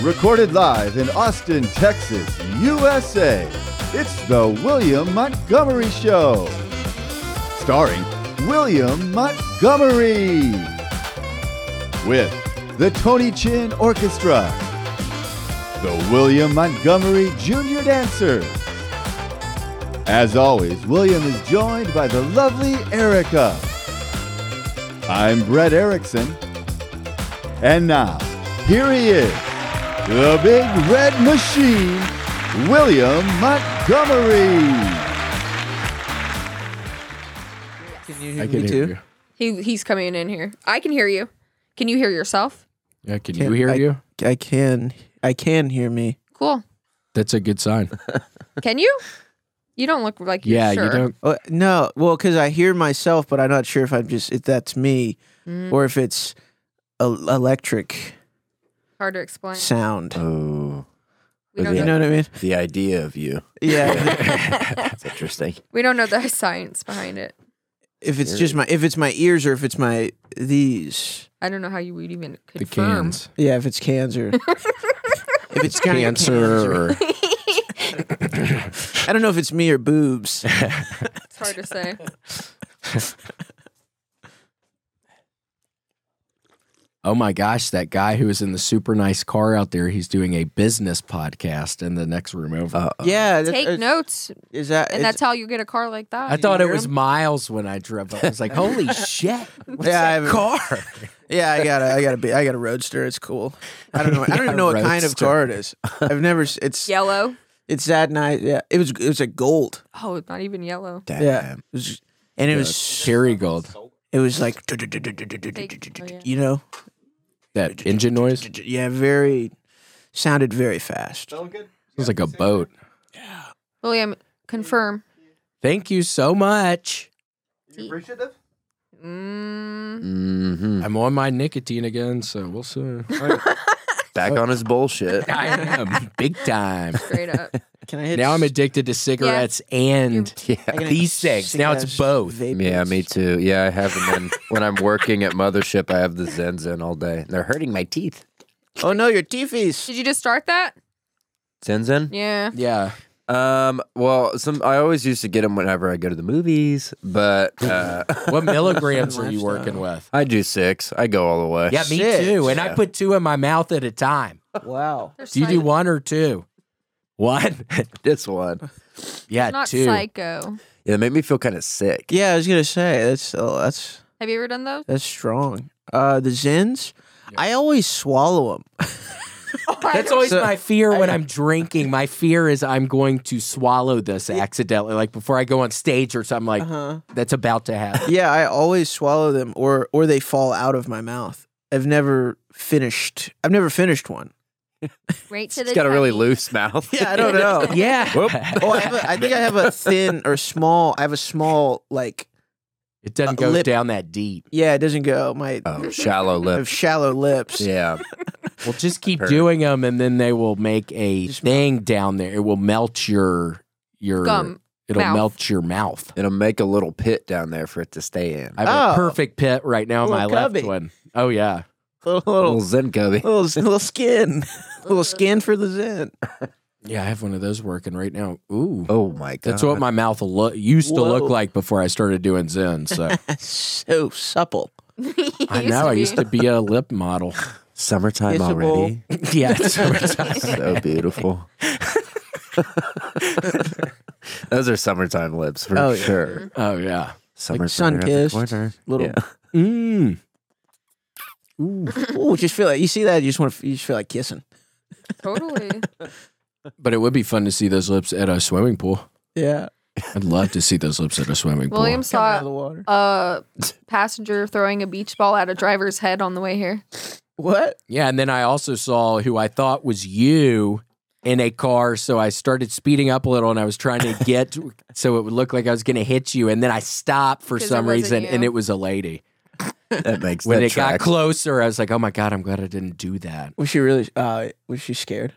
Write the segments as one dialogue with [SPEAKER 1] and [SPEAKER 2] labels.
[SPEAKER 1] Recorded live in Austin, Texas, USA, it's The William Montgomery Show. Starring William Montgomery. With the Tony Chin Orchestra, the William Montgomery Jr. Dancer. As always, William is joined by the lovely Erica. I'm Brett Erickson. And now, here he is, the big red machine, William Montgomery.
[SPEAKER 2] Can you hear
[SPEAKER 3] I
[SPEAKER 2] me
[SPEAKER 3] can hear
[SPEAKER 2] too?
[SPEAKER 3] you.
[SPEAKER 4] He he's coming in here. I can hear you. Can you hear yourself?
[SPEAKER 3] Yeah, can
[SPEAKER 2] Can-
[SPEAKER 3] you hear
[SPEAKER 2] I-
[SPEAKER 3] you?
[SPEAKER 2] I can. I can hear me.
[SPEAKER 4] Cool.
[SPEAKER 3] That's a good sign.
[SPEAKER 4] Can you? You don't look like you're
[SPEAKER 3] yeah,
[SPEAKER 4] sure.
[SPEAKER 3] you don't.
[SPEAKER 2] Oh, no, well, because I hear myself, but I'm not sure if I'm just if that's me
[SPEAKER 4] Mm,
[SPEAKER 2] or if it's a, electric
[SPEAKER 4] hard to explain.
[SPEAKER 2] sound.
[SPEAKER 5] Oh,
[SPEAKER 4] We don't
[SPEAKER 2] you
[SPEAKER 4] know,
[SPEAKER 2] know what I mean?
[SPEAKER 5] the idea of you.
[SPEAKER 2] Yeah.
[SPEAKER 5] That's interesting.
[SPEAKER 4] we don't know the science behind it.
[SPEAKER 2] if it's just my if it's my ears or if it's my these.
[SPEAKER 4] I don't know how you would even
[SPEAKER 3] The
[SPEAKER 4] confirm.
[SPEAKER 3] cans.
[SPEAKER 2] Yeah, if it's cans or if it's kinda
[SPEAKER 5] Cancer
[SPEAKER 2] cans or-
[SPEAKER 5] or
[SPEAKER 2] I don't know if it's me or boobs.
[SPEAKER 4] It's hard to say.
[SPEAKER 3] Oh my gosh, that guy who was in the super nice car out there, he's doing a business podcast in the next room over.
[SPEAKER 5] uh,
[SPEAKER 2] Yeah. that-
[SPEAKER 4] Take
[SPEAKER 2] is-
[SPEAKER 4] notes,
[SPEAKER 2] Is that?
[SPEAKER 4] and
[SPEAKER 2] it's-
[SPEAKER 4] that's how you get a car like that.
[SPEAKER 3] I thought it
[SPEAKER 2] hear
[SPEAKER 3] was
[SPEAKER 2] him?
[SPEAKER 3] Miles when I drove up. I was like, holy shit. What's
[SPEAKER 2] Yeah, I
[SPEAKER 3] that
[SPEAKER 2] haven't-
[SPEAKER 3] car?
[SPEAKER 2] Yeah, I got a, I got a, bi- I got a roadster. It's cool. I don't know. I don't even know what kind of
[SPEAKER 3] Roadster.
[SPEAKER 2] car it is. I've never. s- It's
[SPEAKER 4] yellow.
[SPEAKER 2] it's that night. Yeah, it was it was a gold.
[SPEAKER 4] Oh, it's not even yellow.
[SPEAKER 5] damn.
[SPEAKER 2] Yeah, it was, and it was
[SPEAKER 3] Kerrygold.
[SPEAKER 2] it was like
[SPEAKER 4] Fake- oh, yeah.
[SPEAKER 2] you know
[SPEAKER 3] That engine noise
[SPEAKER 2] yeah very sounded very fast.
[SPEAKER 3] sounds like a boat.
[SPEAKER 4] William, confirm.
[SPEAKER 3] Thank you so much.
[SPEAKER 4] Mm,
[SPEAKER 5] hmm
[SPEAKER 3] I'm on my nicotine again, so we'll see.
[SPEAKER 5] Back on his bullshit.
[SPEAKER 3] I am big time.
[SPEAKER 4] straight up.
[SPEAKER 2] Can I hit?
[SPEAKER 3] Now I'm
[SPEAKER 2] s-
[SPEAKER 3] addicted to cigarettes and
[SPEAKER 2] I can hit
[SPEAKER 3] these things. Now it's
[SPEAKER 2] cigarettes,
[SPEAKER 3] both.
[SPEAKER 2] vape
[SPEAKER 5] Yeah,
[SPEAKER 2] pens.
[SPEAKER 5] me too. Yeah, I have them. In, when I'm working at Mothership, I have the Zens in all day. They're hurting my teeth.
[SPEAKER 2] Oh no, your teethies.
[SPEAKER 4] Did you just start that?
[SPEAKER 5] Zenzen?
[SPEAKER 4] Yeah.
[SPEAKER 3] Yeah.
[SPEAKER 5] Um, well, some I always used to get them whenever I go to the movies, but uh,
[SPEAKER 3] What milligrams are you
[SPEAKER 2] Lifestyle.
[SPEAKER 3] working with?
[SPEAKER 5] I do six. I go all the way.
[SPEAKER 3] Yeah, me
[SPEAKER 2] Six.
[SPEAKER 3] too. And I
[SPEAKER 5] Yeah.
[SPEAKER 3] put two in my mouth at a time.
[SPEAKER 2] Wow.
[SPEAKER 4] They're
[SPEAKER 3] Do you do
[SPEAKER 4] psych-
[SPEAKER 3] one or two? One?
[SPEAKER 5] this one.
[SPEAKER 3] yeah,
[SPEAKER 4] Not
[SPEAKER 3] two.
[SPEAKER 4] psycho.
[SPEAKER 5] Yeah, it made me feel kind of sick.
[SPEAKER 2] Yeah, I was gonna say that's oh, that's
[SPEAKER 4] Have you ever done those?
[SPEAKER 2] that's strong. Uh, the Zins, I always swallow them.
[SPEAKER 3] That's always
[SPEAKER 2] So-
[SPEAKER 3] my fear when I'm drinking. My fear is I'm going to swallow this accidentally, like before I go on stage or something. Like
[SPEAKER 2] Uh-huh.
[SPEAKER 3] that's about to happen.
[SPEAKER 2] Yeah, I always swallow them or or they fall out of my mouth. I've never finished I've never finished one.
[SPEAKER 4] Right to the
[SPEAKER 5] It's got a really
[SPEAKER 4] tummy.
[SPEAKER 5] loose mouth.
[SPEAKER 2] Yeah, I don't know.
[SPEAKER 3] yeah,
[SPEAKER 2] oh, I, have a, I think I have a thin or small I have a small like
[SPEAKER 3] it doesn't
[SPEAKER 2] a
[SPEAKER 3] go
[SPEAKER 2] lip-
[SPEAKER 3] down that deep.
[SPEAKER 2] yeah, it doesn't go. My
[SPEAKER 5] Oh, shallow
[SPEAKER 2] I
[SPEAKER 5] lip.
[SPEAKER 2] have shallow lips.
[SPEAKER 5] Yeah.
[SPEAKER 3] Well, just keep
[SPEAKER 5] Heard.
[SPEAKER 3] doing them, and then they will make a
[SPEAKER 2] Just-
[SPEAKER 3] thing down there. It will melt your your
[SPEAKER 4] gum.
[SPEAKER 3] It'll
[SPEAKER 4] mouth.
[SPEAKER 3] melt your mouth.
[SPEAKER 5] It'll make a little pit down there for it to stay in.
[SPEAKER 3] I have a
[SPEAKER 2] Oh.
[SPEAKER 3] perfect pit right now in my
[SPEAKER 2] Little
[SPEAKER 3] left
[SPEAKER 2] cubby.
[SPEAKER 3] one. Oh yeah.
[SPEAKER 2] Little
[SPEAKER 5] little
[SPEAKER 2] little,
[SPEAKER 5] Zen cubby.
[SPEAKER 2] little little skin. little skin for the zen.
[SPEAKER 3] Yeah, I have one of those working right now. Ooh.
[SPEAKER 5] Oh my god.
[SPEAKER 3] That's what my mouth lo- used to
[SPEAKER 2] Whoa.
[SPEAKER 3] look like before I started doing Zen. So
[SPEAKER 2] so supple.
[SPEAKER 3] I know I used to be a lip model.
[SPEAKER 5] summertime
[SPEAKER 2] Kissable.
[SPEAKER 5] already.
[SPEAKER 3] yeah, it's summertime.
[SPEAKER 5] so beautiful. Those are summertime lips for
[SPEAKER 2] Oh, yeah.
[SPEAKER 5] sure.
[SPEAKER 3] Oh yeah.
[SPEAKER 5] Summer
[SPEAKER 2] sun-kissed, little-
[SPEAKER 3] Mm.
[SPEAKER 2] Ooh, just feel like you see that you just want to you just feel like kissing.
[SPEAKER 4] totally.
[SPEAKER 3] But it would be fun to see those lips at a swimming pool.
[SPEAKER 2] Yeah.
[SPEAKER 3] I'd love to see those lips at a swimming pool.
[SPEAKER 4] William
[SPEAKER 2] Coming out of
[SPEAKER 4] saw
[SPEAKER 2] the water.
[SPEAKER 4] a passenger throwing a beach ball at a driver's head on the way here.
[SPEAKER 2] What?
[SPEAKER 3] Yeah, and then I also saw who I thought was you in a car, so I started speeding up a little, and I was trying to get so it would look like I was going to hit you, and then I stopped for
[SPEAKER 4] 'Cause it
[SPEAKER 3] some
[SPEAKER 4] wasn't
[SPEAKER 3] reason, and
[SPEAKER 4] you.
[SPEAKER 3] it was a lady.
[SPEAKER 5] That makes
[SPEAKER 3] When
[SPEAKER 5] that
[SPEAKER 3] it got
[SPEAKER 5] tracks.
[SPEAKER 3] closer, I was like, "Oh my god, I'm glad I didn't do that."
[SPEAKER 2] Was she really uh was she scared?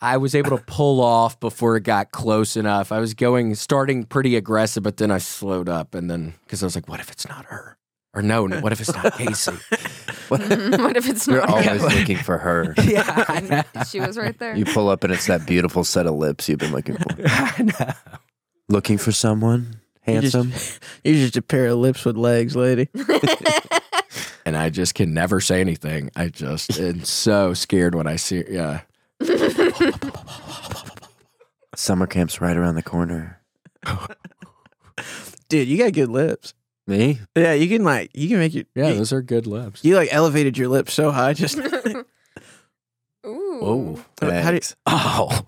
[SPEAKER 3] I was able to pull off before it got close enough. I was going, starting pretty aggressive, but then I slowed up, and then because I was like, "What if it's not her?" Or no, no, what if it's not Casey?
[SPEAKER 4] Mm-hmm. what if it's
[SPEAKER 5] You're
[SPEAKER 4] not?
[SPEAKER 5] always looking for her.
[SPEAKER 3] yeah, I know.
[SPEAKER 4] she was right there.
[SPEAKER 5] You pull up and it's that beautiful set of lips you've been looking for.
[SPEAKER 3] I know.
[SPEAKER 5] Looking for someone
[SPEAKER 2] You're just-
[SPEAKER 5] handsome.
[SPEAKER 2] You're just a pair of lips with legs, lady.
[SPEAKER 3] And I just can never say anything. I just am so scared when I see. Yeah,
[SPEAKER 5] Summer camp's right around the corner.
[SPEAKER 2] Dude, you got good lips.
[SPEAKER 5] Me?
[SPEAKER 2] Yeah, you can like you can make your
[SPEAKER 3] yeah,
[SPEAKER 2] you,
[SPEAKER 3] those are good lips.
[SPEAKER 2] you, like elevated your lips so high just
[SPEAKER 4] Ooh.
[SPEAKER 3] Oh,
[SPEAKER 2] how do you,
[SPEAKER 3] oh,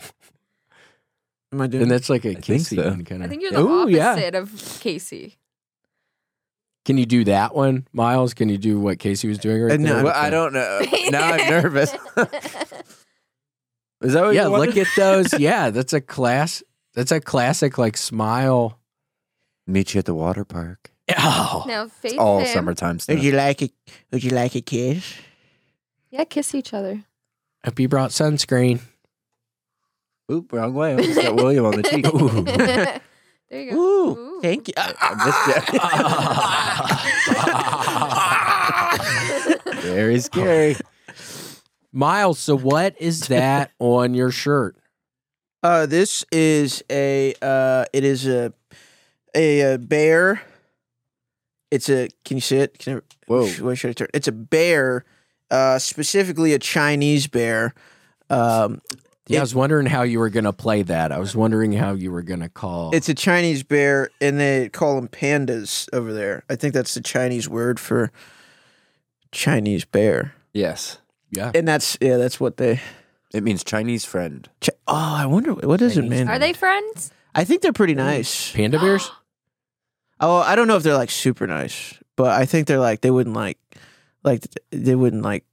[SPEAKER 2] am I doing
[SPEAKER 3] and
[SPEAKER 2] that?
[SPEAKER 3] that's like a
[SPEAKER 5] I think
[SPEAKER 3] kissy
[SPEAKER 5] so.
[SPEAKER 3] one kind
[SPEAKER 4] I
[SPEAKER 3] of.
[SPEAKER 4] think you're the
[SPEAKER 3] Ooh, yeah.
[SPEAKER 4] opposite of Casey.
[SPEAKER 3] Can you do that one, Miles? Can you do what Casey was doing right
[SPEAKER 2] Uh, no.
[SPEAKER 3] there?
[SPEAKER 5] Well, I don't know. Now I'm nervous. Is that what
[SPEAKER 3] yeah,
[SPEAKER 5] you wanted?
[SPEAKER 3] look at those. Yeah, that's a class. That's a classic like smile.
[SPEAKER 5] Meet you at the water park.
[SPEAKER 3] Oh,
[SPEAKER 4] Now face
[SPEAKER 5] All
[SPEAKER 4] him.
[SPEAKER 5] summertime stuff.
[SPEAKER 2] Would you like a Would you like a kiss?
[SPEAKER 4] Yeah, kiss each other.
[SPEAKER 3] hope you brought sunscreen.
[SPEAKER 5] Oop, wrong way. I almost got William on the cheek.
[SPEAKER 4] there you go.
[SPEAKER 2] Ooh,
[SPEAKER 4] Ooh.
[SPEAKER 2] thank you.
[SPEAKER 5] Very scary.
[SPEAKER 3] Miles, so what is that on your shirt?
[SPEAKER 2] Uh, this is a uh, it is a a, uh bear. It's a. Can you see it? Can I,
[SPEAKER 5] Whoa.
[SPEAKER 2] sh- Where should I turn? It's a bear, uh, specifically a Chinese bear. Um,
[SPEAKER 3] Yeah, I was wondering how you were going to play that. I was wondering how you were going to call.
[SPEAKER 5] Oh.
[SPEAKER 2] it's a Chinese bear, and they call them pandas over there. I think that's the Chinese word for Chinese bear,
[SPEAKER 5] Yes.
[SPEAKER 3] yeah.
[SPEAKER 2] and that's yeah, that's what they.
[SPEAKER 5] It means Chinese friend.
[SPEAKER 2] Chi- oh, I wonder what does it
[SPEAKER 5] Chinese
[SPEAKER 2] mean.
[SPEAKER 4] Are they friends?
[SPEAKER 2] I think they're pretty nice.
[SPEAKER 3] Panda bears?
[SPEAKER 2] Oh, I don't know if they're like super nice, but I think they're like they wouldn't like like they wouldn't like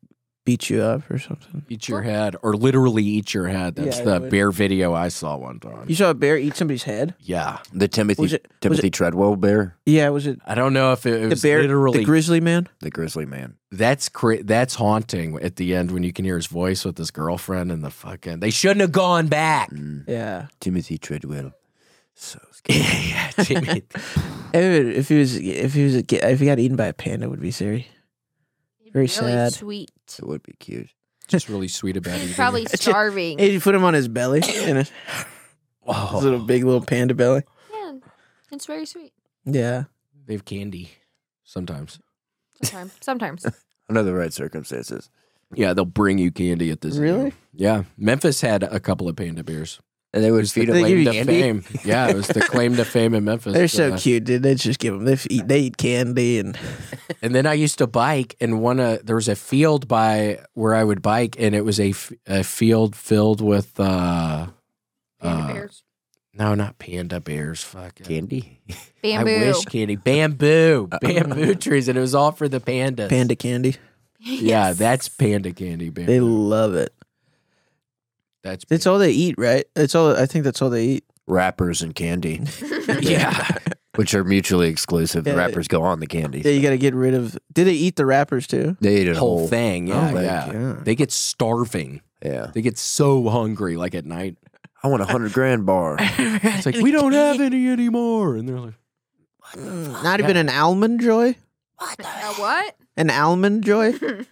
[SPEAKER 2] beat you up or something.
[SPEAKER 3] Eat your head, or literally eat your head. That's
[SPEAKER 2] Yeah, I
[SPEAKER 3] the
[SPEAKER 2] would.
[SPEAKER 3] bear video I saw one time.
[SPEAKER 2] You saw a bear eat somebody's head?
[SPEAKER 3] Yeah.
[SPEAKER 5] The Timothy
[SPEAKER 2] Was it- was
[SPEAKER 5] Timothy Treadwell bear,
[SPEAKER 2] Yeah, was it
[SPEAKER 3] I don't know if it, it
[SPEAKER 2] the
[SPEAKER 3] was
[SPEAKER 2] bear
[SPEAKER 3] literally.
[SPEAKER 2] the grizzly man?
[SPEAKER 5] the grizzly man.
[SPEAKER 3] that's cra- that's haunting at the end when you can hear his voice with his girlfriend and the fucking. They shouldn't have gone back.
[SPEAKER 5] Mm,
[SPEAKER 2] Yeah.
[SPEAKER 5] Timothy Treadwell. So scary.
[SPEAKER 3] yeah, Timmy.
[SPEAKER 2] If, it- if he was if he was a, ki- if he got eaten by a panda it would be scary. Very
[SPEAKER 4] really
[SPEAKER 2] sad.
[SPEAKER 4] Sweet.
[SPEAKER 5] It would be cute.
[SPEAKER 3] Just really sweet about it.
[SPEAKER 4] He's probably starving.
[SPEAKER 2] Hey, you put him on his belly in his, his little big little panda belly.
[SPEAKER 4] Yeah, it's very sweet.
[SPEAKER 2] Yeah.
[SPEAKER 3] They have candy sometimes.
[SPEAKER 4] Sometimes. Sometimes.
[SPEAKER 5] Under the right circumstances.
[SPEAKER 3] Yeah, they'll bring you candy at this.
[SPEAKER 2] Really?
[SPEAKER 3] zoo. Yeah. Memphis had a couple of panda bears.
[SPEAKER 5] And they would feed
[SPEAKER 2] the
[SPEAKER 5] him
[SPEAKER 2] thing
[SPEAKER 5] like
[SPEAKER 2] you-
[SPEAKER 3] Claim to
[SPEAKER 2] candy?
[SPEAKER 3] fame. Yeah, it was the claim to fame in Memphis.
[SPEAKER 2] They're so
[SPEAKER 3] Uh,
[SPEAKER 2] cute, dude. They just give them they eat, they eat candy and
[SPEAKER 3] And then I used to bike, and one uh, there was a field by where I would bike, and it was a, f- a field filled with uh,
[SPEAKER 4] Panda
[SPEAKER 3] Uh,
[SPEAKER 4] bears.
[SPEAKER 3] no, not panda bears. Fuck it.
[SPEAKER 5] candy.
[SPEAKER 4] Bamboo.
[SPEAKER 3] I wish candy bamboo,
[SPEAKER 5] Uh,
[SPEAKER 3] bamboo trees, and it was all for the pandas.
[SPEAKER 2] panda candy.
[SPEAKER 3] Yeah,
[SPEAKER 4] Yes.
[SPEAKER 3] that's panda candy. Bamboo.
[SPEAKER 2] They love it.
[SPEAKER 3] that's
[SPEAKER 2] That's all they eat, right? That's all I think that's all they eat.
[SPEAKER 5] Wrappers and candy,
[SPEAKER 3] yeah.
[SPEAKER 5] which are mutually exclusive. The
[SPEAKER 2] Yeah.
[SPEAKER 5] wrappers go on the candy.
[SPEAKER 2] Yeah, you got to get rid of. Did they eat the wrappers too?
[SPEAKER 5] They ate it
[SPEAKER 3] whole
[SPEAKER 5] whole.
[SPEAKER 3] thing. Yeah,
[SPEAKER 5] Oh my
[SPEAKER 3] yeah.
[SPEAKER 2] God.
[SPEAKER 3] They get starving.
[SPEAKER 5] Yeah.
[SPEAKER 3] They get so hungry, like at night.
[SPEAKER 5] I want a hundred grand bar.
[SPEAKER 3] It's like we don't have any anymore, and they're like,
[SPEAKER 2] Mm, Not even an almond joy.
[SPEAKER 4] A what?
[SPEAKER 2] An almond joy.
[SPEAKER 3] "Do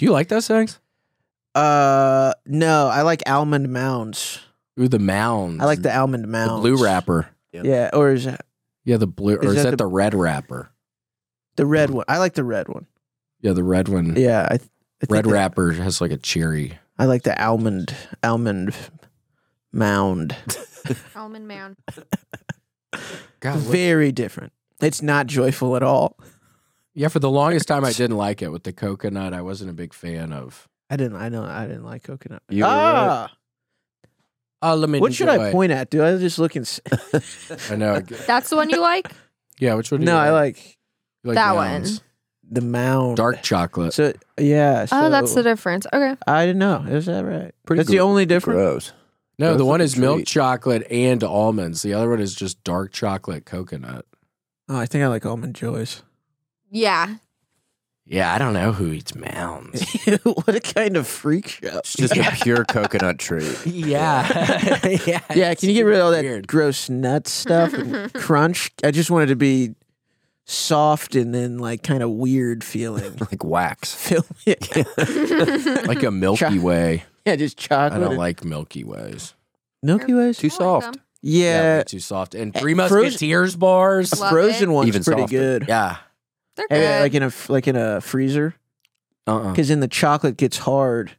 [SPEAKER 3] you like those things?"
[SPEAKER 2] Uh, no, I like almond mounds.
[SPEAKER 3] Ooh, the mounds.
[SPEAKER 2] I like the almond
[SPEAKER 3] the
[SPEAKER 2] mounds.
[SPEAKER 3] blue wrapper.
[SPEAKER 2] Yeah, or is that
[SPEAKER 3] Yeah, the blue, or is, that, the, red wrapper?
[SPEAKER 2] the red one? I like the red one.
[SPEAKER 3] Yeah, the red one.
[SPEAKER 2] Yeah, I. th- I think
[SPEAKER 3] Mm. red
[SPEAKER 2] that-
[SPEAKER 3] wrapper has like a cherry.
[SPEAKER 2] I like the almond almond mound.
[SPEAKER 4] Almond man.
[SPEAKER 3] God, what-
[SPEAKER 2] Very different. It's not joyful at all.
[SPEAKER 3] yeah. For the longest time, I didn't like it with the coconut. I wasn't a big fan of.
[SPEAKER 2] I didn't. I don't. I didn't like coconut.
[SPEAKER 5] You were
[SPEAKER 2] ah,
[SPEAKER 3] Oh, let me
[SPEAKER 2] what should I
[SPEAKER 3] enjoy.
[SPEAKER 2] point at, dude? I was just looking. s-
[SPEAKER 3] I know.
[SPEAKER 4] That's the one you like?
[SPEAKER 3] Yeah, which one? Do
[SPEAKER 2] no,
[SPEAKER 3] you
[SPEAKER 2] I like
[SPEAKER 3] You like
[SPEAKER 4] that
[SPEAKER 3] mounds.
[SPEAKER 4] one.
[SPEAKER 2] the mound.
[SPEAKER 3] Dark chocolate.
[SPEAKER 2] So yeah.
[SPEAKER 4] Oh, that's
[SPEAKER 2] so-
[SPEAKER 4] the difference. Okay.
[SPEAKER 2] I didn't know. Is that right?
[SPEAKER 5] Pretty
[SPEAKER 2] That's
[SPEAKER 5] gr-
[SPEAKER 2] the only difference.
[SPEAKER 5] Gross.
[SPEAKER 3] No,
[SPEAKER 5] Those
[SPEAKER 3] the
[SPEAKER 5] are
[SPEAKER 3] one
[SPEAKER 5] the
[SPEAKER 3] is milk
[SPEAKER 5] treat.
[SPEAKER 3] chocolate and almonds. The other one is just dark chocolate coconut.
[SPEAKER 2] Oh, I think I like almond joys.
[SPEAKER 4] Yeah.
[SPEAKER 3] Yeah, I don't know who eats mounds.
[SPEAKER 2] what a kind of freak show.
[SPEAKER 5] It's just a pure coconut treat.
[SPEAKER 3] yeah. yeah.
[SPEAKER 2] Yeah, can you get rid of all that
[SPEAKER 3] Weird.
[SPEAKER 2] gross nut stuff and crunch? I just wanted to be soft and then like kind of weird feeling.
[SPEAKER 5] like wax.
[SPEAKER 2] Feel- yeah.
[SPEAKER 3] like a Milky Way.
[SPEAKER 2] yeah, just chocolate.
[SPEAKER 3] I don't
[SPEAKER 2] and-
[SPEAKER 3] like Milky Ways.
[SPEAKER 2] Milky Ways.
[SPEAKER 5] Too soft.
[SPEAKER 3] Yeah,
[SPEAKER 2] Yeah,
[SPEAKER 3] way too soft. And
[SPEAKER 2] Eh,
[SPEAKER 3] Three
[SPEAKER 2] frozen-
[SPEAKER 3] Musketeers bars.
[SPEAKER 2] a
[SPEAKER 4] Love
[SPEAKER 2] frozen
[SPEAKER 4] it.
[SPEAKER 2] one's
[SPEAKER 5] Even
[SPEAKER 2] pretty
[SPEAKER 5] softer.
[SPEAKER 2] good.
[SPEAKER 3] Yeah.
[SPEAKER 4] They're
[SPEAKER 2] And, uh,
[SPEAKER 4] good.
[SPEAKER 2] like in a f- like in a freezer
[SPEAKER 3] Uh-uh.
[SPEAKER 2] because then the chocolate gets hard,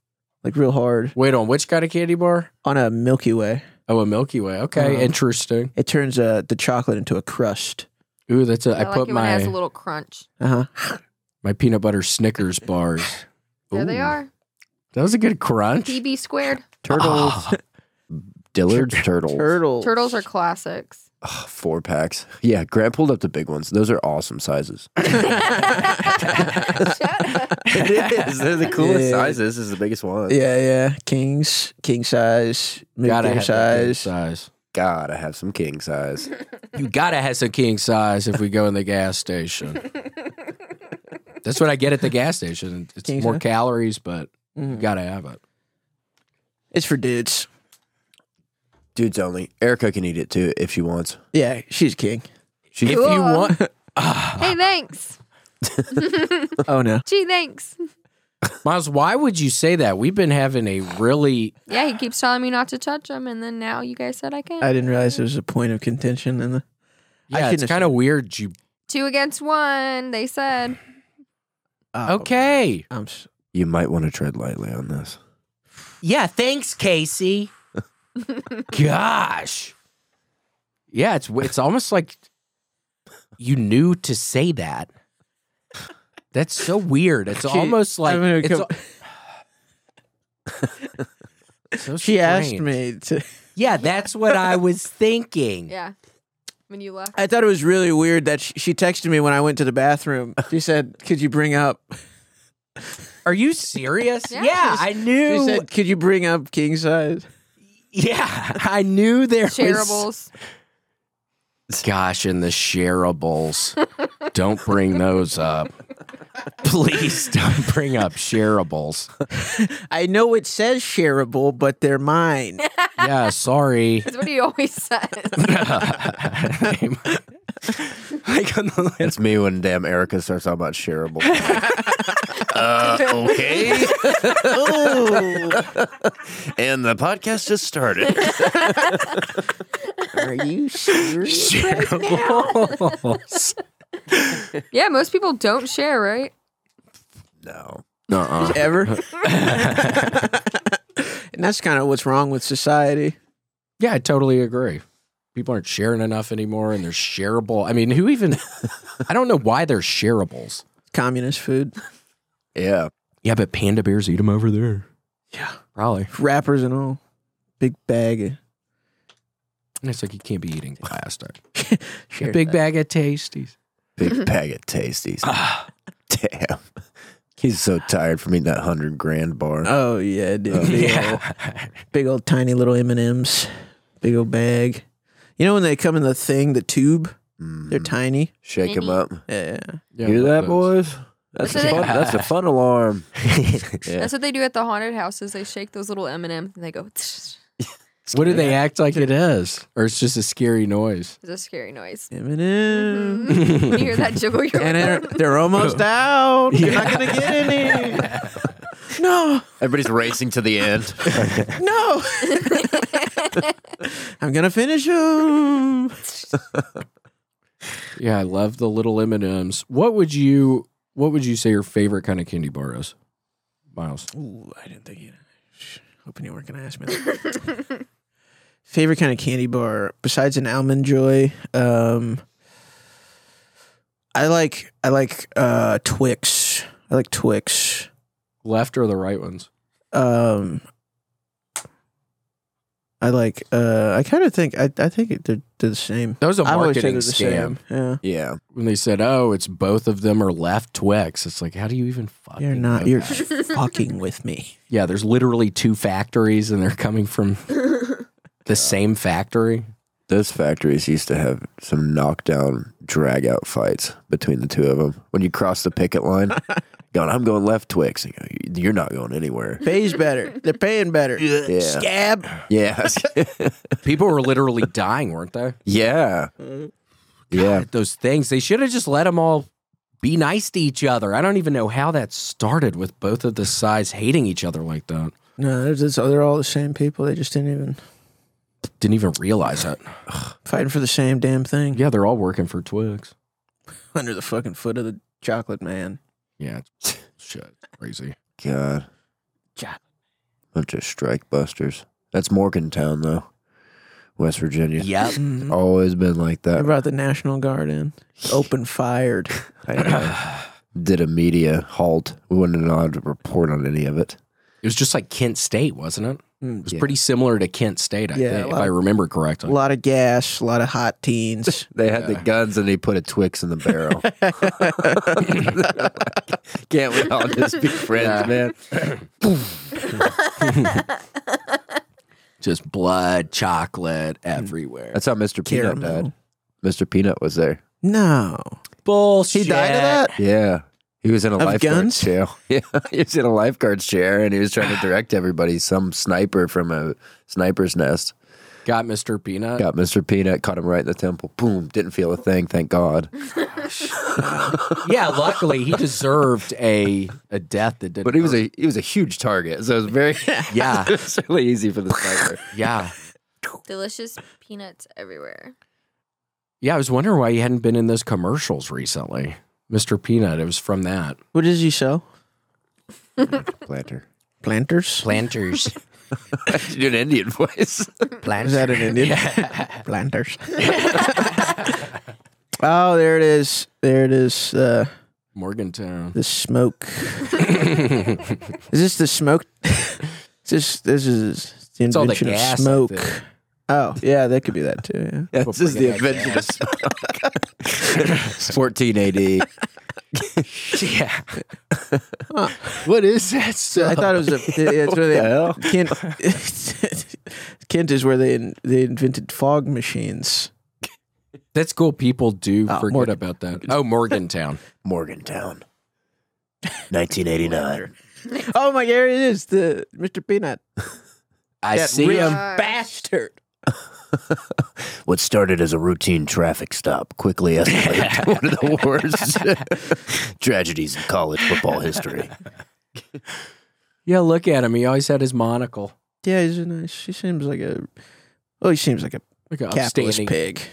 [SPEAKER 2] like real hard
[SPEAKER 3] Wait on which kind of candy bar?
[SPEAKER 2] on a Milky Way.
[SPEAKER 3] Oh, a Milky Way. Okay,
[SPEAKER 2] Uh-huh.
[SPEAKER 3] interesting.
[SPEAKER 2] It turns uh, the chocolate into a crust.
[SPEAKER 3] Ooh, that's a. I
[SPEAKER 4] I, like
[SPEAKER 3] put
[SPEAKER 4] it when it
[SPEAKER 3] my
[SPEAKER 4] has a little crunch.
[SPEAKER 2] Uh huh.
[SPEAKER 3] my peanut butter Snickers bars.
[SPEAKER 4] There they
[SPEAKER 3] Ooh.
[SPEAKER 4] are.
[SPEAKER 3] That was a good crunch.
[SPEAKER 4] PB squared.
[SPEAKER 5] Turtles. Ah, Dillard's turtles.
[SPEAKER 2] Turtles.
[SPEAKER 4] Turtles are classics.
[SPEAKER 5] Ugh, four packs. Yeah, Grant pulled up the big ones. Those are awesome sizes.
[SPEAKER 4] Shut up.
[SPEAKER 5] it is. They're the coolest
[SPEAKER 2] Yeah.
[SPEAKER 5] sizes. This is the biggest one.
[SPEAKER 2] Yeah, yeah. Kings, king size,
[SPEAKER 3] gotta
[SPEAKER 2] medium
[SPEAKER 3] have the king
[SPEAKER 2] size.
[SPEAKER 3] size.
[SPEAKER 5] God, I have some king size.
[SPEAKER 3] You gotta have some king size if we go in the gas station. That's what I get at the gas station. It's
[SPEAKER 2] King
[SPEAKER 3] more
[SPEAKER 2] size?
[SPEAKER 3] calories, but you
[SPEAKER 2] Mhm.
[SPEAKER 3] gotta have it.
[SPEAKER 2] It's for dudes.
[SPEAKER 5] Dudes only. Erica can eat it too if she wants.
[SPEAKER 2] Yeah, she's king.
[SPEAKER 5] She
[SPEAKER 3] If you
[SPEAKER 4] Cool.
[SPEAKER 3] want,
[SPEAKER 4] hey, thanks.
[SPEAKER 2] Oh no.
[SPEAKER 4] Gee, thanks.
[SPEAKER 3] Miles, why would you say that? We've been having a really
[SPEAKER 4] Yeah, he keeps telling me not to touch them, and then now you guys said I can.
[SPEAKER 2] I didn't realize there was a point of contention in the I
[SPEAKER 3] yeah. It's
[SPEAKER 2] shouldn't
[SPEAKER 3] kind of weird. You
[SPEAKER 4] Two against one, they said.
[SPEAKER 2] Oh,
[SPEAKER 3] okay?
[SPEAKER 2] I'm s-
[SPEAKER 5] you might want to tread lightly on this.
[SPEAKER 3] Yeah, thanks, Casey. Gosh. Yeah, it's it's almost like you knew to say that. That's so weird. It's
[SPEAKER 2] She-
[SPEAKER 3] almost like
[SPEAKER 2] I'm gonna
[SPEAKER 3] it's
[SPEAKER 2] come-
[SPEAKER 3] al- so
[SPEAKER 2] she asked
[SPEAKER 3] strange.
[SPEAKER 2] me to
[SPEAKER 3] Yeah, that's what I was thinking.
[SPEAKER 4] Yeah. When you left.
[SPEAKER 2] I thought it was really weird that she, she texted me when I went to the bathroom. She said, "Could you bring up?"
[SPEAKER 3] Are you serious?
[SPEAKER 4] Yeah.
[SPEAKER 3] I
[SPEAKER 2] She
[SPEAKER 3] knew.
[SPEAKER 2] said, "Could you bring up king size?"
[SPEAKER 3] yeah, I knew there was.
[SPEAKER 4] Shareables.
[SPEAKER 3] Gosh, and the shareables. don't bring those up. Please don't bring up shareables.
[SPEAKER 2] I know it says shareable, but they're mine.
[SPEAKER 3] Yeah, sorry.
[SPEAKER 4] That's what he always says.
[SPEAKER 3] like on the
[SPEAKER 5] It's me when damn Erica starts talking about shareable. uh, okay. and the podcast just started.
[SPEAKER 2] Are you serious?
[SPEAKER 3] shareables.
[SPEAKER 4] yeah, most people don't share, right?
[SPEAKER 5] no.
[SPEAKER 3] Uh-uh.
[SPEAKER 2] Ever? and that's kind of what's wrong with society.
[SPEAKER 3] Yeah, I totally agree. People aren't sharing enough anymore, and they're shareable. I mean, who even? I don't know why they're shareables.
[SPEAKER 2] Communist food,
[SPEAKER 5] Yeah.
[SPEAKER 3] Yeah, but panda bears eat them over there.
[SPEAKER 2] Yeah.
[SPEAKER 3] probably.
[SPEAKER 2] wrappers and all, big bag.
[SPEAKER 3] And it's like you can't be eating plastic.
[SPEAKER 2] Share
[SPEAKER 3] A big
[SPEAKER 2] that.
[SPEAKER 3] bag of tasties.
[SPEAKER 5] Big bag of tasties.
[SPEAKER 3] Ah,
[SPEAKER 5] Damn. He's so tired from eating that hundred grand bar.
[SPEAKER 2] Oh yeah, dude. big, old,
[SPEAKER 3] yeah.
[SPEAKER 2] big old tiny little M and M's, big old bag. You know when they come in the thing, the tube?
[SPEAKER 5] Mhm.
[SPEAKER 2] They're tiny.
[SPEAKER 5] Shake him up.
[SPEAKER 2] Yeah.
[SPEAKER 3] Yeah,
[SPEAKER 5] Hear
[SPEAKER 3] love
[SPEAKER 5] that,
[SPEAKER 3] those.
[SPEAKER 5] boys? That's a
[SPEAKER 4] That's
[SPEAKER 5] fun.
[SPEAKER 4] it.
[SPEAKER 5] That's a fun alarm. Yeah.
[SPEAKER 4] That's what they do at the haunted houses. They shake those little M&Ms and they go, "Tsh."
[SPEAKER 3] What do they act like it is? Or it's just a scary noise?
[SPEAKER 4] it's a scary noise.
[SPEAKER 2] M and M.
[SPEAKER 4] Mhm. when you hear that jiggle, you're
[SPEAKER 2] And they're,
[SPEAKER 4] like,
[SPEAKER 2] they're almost out. You're not gonna get any. No,
[SPEAKER 5] Everybody's racing to the end.
[SPEAKER 2] no. I'm gonna finish them.
[SPEAKER 3] Yeah, I love the little M and M's. What would you What would you say your favorite kind of candy bar is, Miles?
[SPEAKER 2] Ooh, I didn't think you. Hoping you weren't gonna ask me. That. Favorite kind of candy bar besides an almond joy. Um, I like I like uh, Twix. I like Twix.
[SPEAKER 3] Left or the right ones?
[SPEAKER 2] Um, I like. Uh, I kind of think I I think it- they're, they're the same.
[SPEAKER 3] That was a
[SPEAKER 2] I always say
[SPEAKER 3] marketing
[SPEAKER 2] they're the
[SPEAKER 3] scam.
[SPEAKER 2] same. Yeah,
[SPEAKER 5] Yeah.
[SPEAKER 3] When they said, "Oh, it's both of them are left Twix," it's like, how do you even fucking?
[SPEAKER 2] you're not. e-,
[SPEAKER 3] know
[SPEAKER 2] You're
[SPEAKER 3] that?
[SPEAKER 2] fucking with me.
[SPEAKER 3] Yeah, there's literally two factories, and they're coming from the same factory.
[SPEAKER 5] Those factories used to have some knockdown, drag out fights between the two of them. When you cross the picket line, going, I'm going left, Twix. And you go, You're not going anywhere.
[SPEAKER 2] Pays better. They're paying better.
[SPEAKER 5] Yeah.
[SPEAKER 2] Scab.
[SPEAKER 5] Yeah.
[SPEAKER 3] People were literally dying, weren't they?
[SPEAKER 5] yeah. Yeah.
[SPEAKER 3] Those things. They should have just let them all be nice to each other. I don't even know how that started with both of the sides hating each other like that.
[SPEAKER 2] No, they're, just, they're all the same people. They just didn't even
[SPEAKER 3] Didn't even realize it.
[SPEAKER 2] fighting for the same damn thing
[SPEAKER 3] Yeah, they're all working for Twix.
[SPEAKER 2] under the fucking foot of the chocolate man.
[SPEAKER 3] Yeah, it's, shit, crazy.
[SPEAKER 5] God.
[SPEAKER 2] Ja-
[SPEAKER 5] Bunch of strike busters. That's Morgantown though. West Virginia.
[SPEAKER 3] Yep.
[SPEAKER 5] Mm.
[SPEAKER 2] Mhm.
[SPEAKER 5] Always been like
[SPEAKER 2] I
[SPEAKER 5] that.
[SPEAKER 2] brought the National Guard in. Open fired.
[SPEAKER 5] I, uh, did a media halt. We weren't allowed to report on any of it.
[SPEAKER 3] It was just like Kent State, wasn't it? It
[SPEAKER 2] Mm.
[SPEAKER 3] was
[SPEAKER 5] Yeah.
[SPEAKER 3] pretty similar to Kent State, I
[SPEAKER 2] Yeah, a
[SPEAKER 3] think, if
[SPEAKER 2] lot
[SPEAKER 3] I
[SPEAKER 2] of-
[SPEAKER 3] remember
[SPEAKER 2] A
[SPEAKER 3] correctly.
[SPEAKER 2] lot of gas, a lot of hot teens.
[SPEAKER 5] They had the
[SPEAKER 3] Yeah.
[SPEAKER 5] guns and they put a Twix in the barrel. Can't we all just be friends,
[SPEAKER 3] Yeah.
[SPEAKER 5] man?
[SPEAKER 3] Just blood, chocolate everywhere.
[SPEAKER 5] That's how Mr. Peanut died.
[SPEAKER 2] Caramel.
[SPEAKER 5] Mr. Peanut was there.
[SPEAKER 2] No.
[SPEAKER 3] bullshit.
[SPEAKER 2] He died of that?
[SPEAKER 5] Yeah. He was in a
[SPEAKER 2] Of
[SPEAKER 5] lifeguard
[SPEAKER 2] guns?
[SPEAKER 5] chair. Yeah, he was in a lifeguard's chair, and he was trying to direct everybody. Some sniper from a sniper's nest
[SPEAKER 3] Got Mr. Peanut.
[SPEAKER 5] got Mr. Peanut, caught him right in the temple. Boom! Didn't feel a thing. Thank God.
[SPEAKER 3] yeah, luckily he deserved a a death that didn't.
[SPEAKER 5] But he was a he was a huge target, so it was very
[SPEAKER 3] yeah,
[SPEAKER 5] it was really easy for the sniper.
[SPEAKER 3] yeah,
[SPEAKER 6] Delicious peanuts everywhere.
[SPEAKER 3] yeah. I was wondering why he hadn't been in those commercials recently, Mr. Peanut. It was from that
[SPEAKER 2] What does he sell?
[SPEAKER 5] Planter.
[SPEAKER 2] Planters?
[SPEAKER 3] planters.
[SPEAKER 5] Do an Indian voice.
[SPEAKER 2] Is that an Indian? Planters. oh, there it is. There it is. Uh,
[SPEAKER 3] Morgantown.
[SPEAKER 2] the smoke. is this the smoke? is this this is the
[SPEAKER 3] It's all the
[SPEAKER 2] invention of
[SPEAKER 3] gas, I
[SPEAKER 2] smoke.
[SPEAKER 3] think.
[SPEAKER 2] Oh yeah, that could be that too. Yeah.
[SPEAKER 5] Yeah,
[SPEAKER 3] We'll
[SPEAKER 5] this is
[SPEAKER 3] bring
[SPEAKER 5] the
[SPEAKER 3] it back
[SPEAKER 5] invention of smoke. Fourteen AD.
[SPEAKER 3] yeah,
[SPEAKER 5] What is that? Stuff?
[SPEAKER 2] I thought it was a. yeah, it's where they, Kent, Kent is where they in, they invented fog machines.
[SPEAKER 3] that's cool. People do
[SPEAKER 2] Oh,
[SPEAKER 3] forget
[SPEAKER 2] Morgan-
[SPEAKER 3] about that. Oh, Morgantown.
[SPEAKER 5] Morgantown, 1989.
[SPEAKER 2] Oh my, there it is, the Mr. Peanut.
[SPEAKER 3] I
[SPEAKER 2] That
[SPEAKER 3] see
[SPEAKER 2] real
[SPEAKER 3] him.
[SPEAKER 2] bastard.
[SPEAKER 5] What started as a routine traffic stop quickly escalated to one of the worst tragedies in college football history.
[SPEAKER 3] Yeah, look at him. He always had his monocle.
[SPEAKER 2] Yeah, he's a nice. He seems like a. Oh, he seems like a
[SPEAKER 3] Like an
[SPEAKER 2] capitalist
[SPEAKER 3] upstanding.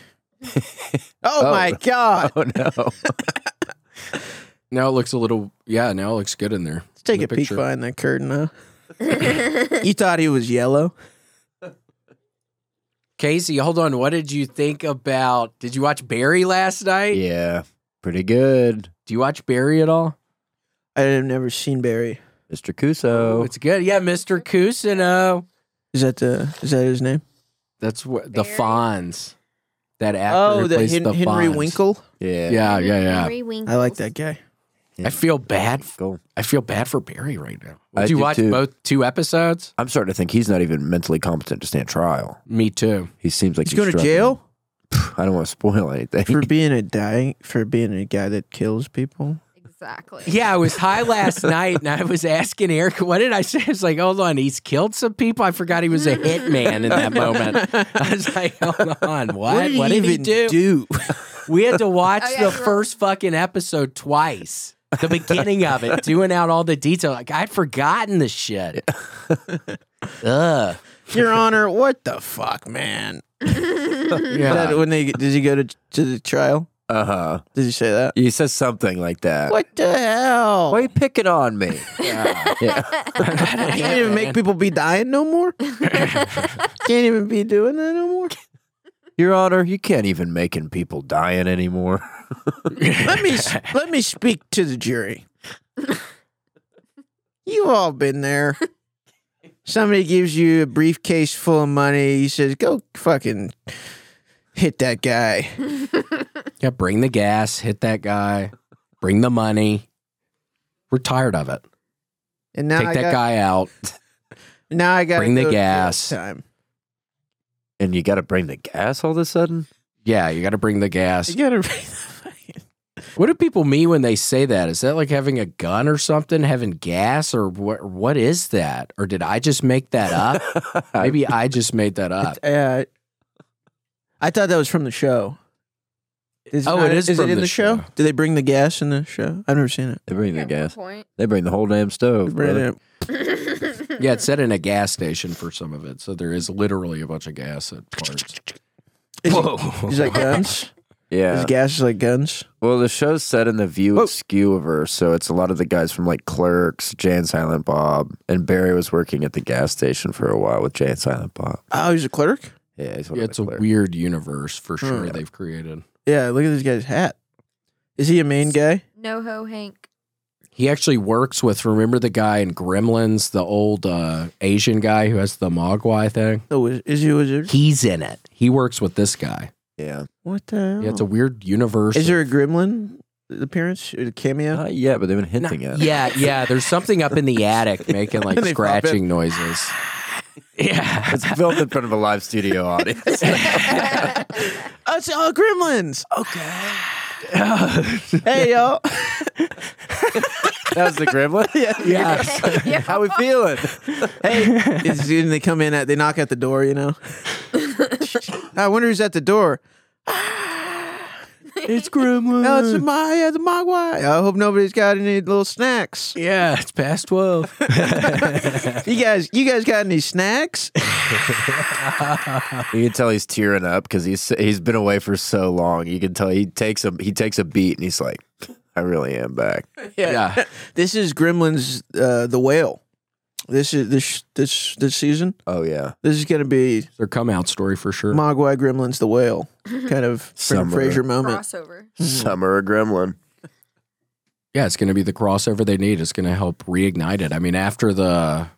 [SPEAKER 2] pig. oh,
[SPEAKER 5] Oh.
[SPEAKER 2] my god!
[SPEAKER 5] Oh no!
[SPEAKER 3] Now it looks a little. Yeah, now it looks good in there.
[SPEAKER 2] Let's take
[SPEAKER 3] The
[SPEAKER 2] a
[SPEAKER 3] picture.
[SPEAKER 2] peek behind that curtain, huh? you thought he was yellow?
[SPEAKER 3] Casey, hold on. What did you think about? Did you watch Barry last night?
[SPEAKER 5] Yeah, pretty good,
[SPEAKER 3] Do you watch Barry at all?
[SPEAKER 2] I have never seen Barry.
[SPEAKER 5] Mr. Cuso.
[SPEAKER 3] it's good. Yeah, Mr. Cousino.
[SPEAKER 2] Is that the is that his name?
[SPEAKER 3] That's what the
[SPEAKER 6] Barry?
[SPEAKER 3] Fonz. That actor.
[SPEAKER 2] Oh,
[SPEAKER 3] who
[SPEAKER 2] the,
[SPEAKER 3] plays
[SPEAKER 2] Hen-
[SPEAKER 3] the
[SPEAKER 2] Henry
[SPEAKER 3] Fonz.
[SPEAKER 2] Winkle.
[SPEAKER 5] yeah,
[SPEAKER 3] Yeah, yeah, yeah.
[SPEAKER 6] Henry Winkles.
[SPEAKER 2] I like that guy.
[SPEAKER 3] I feel bad.
[SPEAKER 5] Cool.
[SPEAKER 3] I feel bad for Barry right now.
[SPEAKER 5] I
[SPEAKER 3] Did you
[SPEAKER 5] do
[SPEAKER 3] watch
[SPEAKER 5] too.
[SPEAKER 3] both two episodes?
[SPEAKER 5] I'm starting to think he's not even mentally competent to stand trial.
[SPEAKER 3] Me too.
[SPEAKER 5] He seems like
[SPEAKER 2] He's going to
[SPEAKER 5] struggling.
[SPEAKER 2] jail
[SPEAKER 5] I don't want to spoil anything.
[SPEAKER 2] for being a dying for being a guy that kills people.
[SPEAKER 6] Exactly.
[SPEAKER 3] Yeah, I was high last night and I was asking Eric, what did I say? I was like, hold on, he's killed some people. I forgot he was a hitman in that moment. I was like, hold on, what? What
[SPEAKER 2] did
[SPEAKER 3] did,
[SPEAKER 2] he
[SPEAKER 3] he
[SPEAKER 2] even
[SPEAKER 3] do?
[SPEAKER 2] do?
[SPEAKER 3] We had to watch
[SPEAKER 6] Oh, yeah,
[SPEAKER 3] the
[SPEAKER 6] you're right.
[SPEAKER 3] first fucking episode twice. The beginning of it, doing out all the detail. Like I'd forgotten the shit. Ugh.
[SPEAKER 2] Your Honor, what the fuck, man? Is
[SPEAKER 3] Yeah.
[SPEAKER 2] that when they does he go to to the trial?
[SPEAKER 5] Uh huh.
[SPEAKER 2] Did he say that?
[SPEAKER 5] He says something like that.
[SPEAKER 2] What the
[SPEAKER 3] Oh.
[SPEAKER 2] hell?
[SPEAKER 5] Why are you picking on me? yeah.
[SPEAKER 2] Can't even make people be dying no more. Can't even be doing that no more.
[SPEAKER 5] Your Honor, you can't even making people dying anymore.
[SPEAKER 2] Let me s- let me speak to the jury. You've all been there. Somebody gives you a briefcase full of money. He says, "Go fucking hit that guy."
[SPEAKER 3] yeah, bring the gas, hit that guy, bring the money. We're tired of it.
[SPEAKER 2] And now
[SPEAKER 3] Take
[SPEAKER 2] I
[SPEAKER 3] that
[SPEAKER 2] got,
[SPEAKER 3] guy out.
[SPEAKER 2] Now I got
[SPEAKER 3] bring the gas.
[SPEAKER 2] Time.
[SPEAKER 5] and you got to bring the gas all of a sudden?
[SPEAKER 3] Yeah, you got to bring the gas.
[SPEAKER 2] You gotta bring the fucking-
[SPEAKER 3] What do people mean when they say that? Is that like having a gun or something, having gas, or what? What is that? Or did I just make that up?
[SPEAKER 5] Uh,
[SPEAKER 3] Maybe I just made that up.
[SPEAKER 2] Uh, I thought that was from the show. Is
[SPEAKER 3] Oh,
[SPEAKER 2] not-
[SPEAKER 3] it is
[SPEAKER 2] Is it
[SPEAKER 3] from
[SPEAKER 2] in
[SPEAKER 3] the
[SPEAKER 2] the show?
[SPEAKER 3] show.
[SPEAKER 2] Do they bring the gas in the show? I've never seen it.
[SPEAKER 5] They bring the
[SPEAKER 6] At one
[SPEAKER 5] gas.
[SPEAKER 6] point.
[SPEAKER 5] They bring the whole damn
[SPEAKER 3] Oh,
[SPEAKER 5] stove.
[SPEAKER 2] Bring
[SPEAKER 5] brother.
[SPEAKER 2] it up.
[SPEAKER 3] Yeah, it's set in a gas station for some of it, so there is literally a bunch of gas at parts.
[SPEAKER 2] Is It, is it like guns?
[SPEAKER 5] Yeah.
[SPEAKER 2] Is gas like guns?
[SPEAKER 5] Well, the show's set in the View
[SPEAKER 2] Whoa.
[SPEAKER 3] Oh.
[SPEAKER 5] Skewiverse, so it's a lot of the guys from like Clerks, Jay and Silent Bob, and Barry was working at the gas station for a while with Jay and Silent Bob.
[SPEAKER 2] Oh, he's a clerk.
[SPEAKER 5] Yeah, he's one
[SPEAKER 3] Yeah,
[SPEAKER 5] of
[SPEAKER 3] it's
[SPEAKER 5] the
[SPEAKER 3] a
[SPEAKER 5] clerks.
[SPEAKER 3] weird universe for sure
[SPEAKER 2] Hmm.
[SPEAKER 3] they've created.
[SPEAKER 2] Yeah, look at this guy's hat. Is he a main guy?
[SPEAKER 6] No ho Hank.
[SPEAKER 3] He actually works with remember the guy in Gremlins, the old uh, Asian guy who has the Mogwai thing.
[SPEAKER 2] Oh, is, is he a wizard?
[SPEAKER 3] He's in it. He works with this guy.
[SPEAKER 5] Yeah,
[SPEAKER 2] What the? Hell?
[SPEAKER 3] Yeah,
[SPEAKER 5] Oh.
[SPEAKER 3] it's a weird universe.
[SPEAKER 2] Is
[SPEAKER 3] of-
[SPEAKER 2] there a gremlin appearance? A cameo?
[SPEAKER 5] not yet, but they've been hinting
[SPEAKER 3] Not-
[SPEAKER 5] at it.
[SPEAKER 3] yeah, yeah. There's something up in the attic making like
[SPEAKER 2] They pop
[SPEAKER 3] scratching noises. Yeah.
[SPEAKER 5] It's filmed in front of a live studio audience.
[SPEAKER 2] Oh, it's all gremlins. Okay. hey y'all.
[SPEAKER 5] that was the gremlin. yeah,
[SPEAKER 6] Yeah.
[SPEAKER 5] How we feeling?
[SPEAKER 2] Hey, it's, and they come in at they knock at the door. You know. I wonder who's at the door.
[SPEAKER 5] it's gremlin.
[SPEAKER 3] Hmm.
[SPEAKER 2] Oh, it's my yeah, the Mogwai. I hope nobody's got any little snacks.
[SPEAKER 3] yeah, it's past 12.
[SPEAKER 2] You guys, you guys got any snacks?
[SPEAKER 5] You can tell he's tearing up because he's he's been away for so long. You can tell he takes a he takes a beat and he's like, "I really am back."
[SPEAKER 3] yeah.
[SPEAKER 2] This is Gremlins, uh, the whale. This is this this this season.
[SPEAKER 5] Oh yeah,
[SPEAKER 2] This is gonna be
[SPEAKER 3] Their come out story for sure.
[SPEAKER 2] Mogwai Gremlins, the whale, kind of Brendan
[SPEAKER 5] Summer.
[SPEAKER 2] Fraser moment.
[SPEAKER 6] Crossover.
[SPEAKER 5] Hmm. summer a gremlin.
[SPEAKER 3] Yeah, it's going to be the crossover they need. It's going to help reignite it. I mean, after the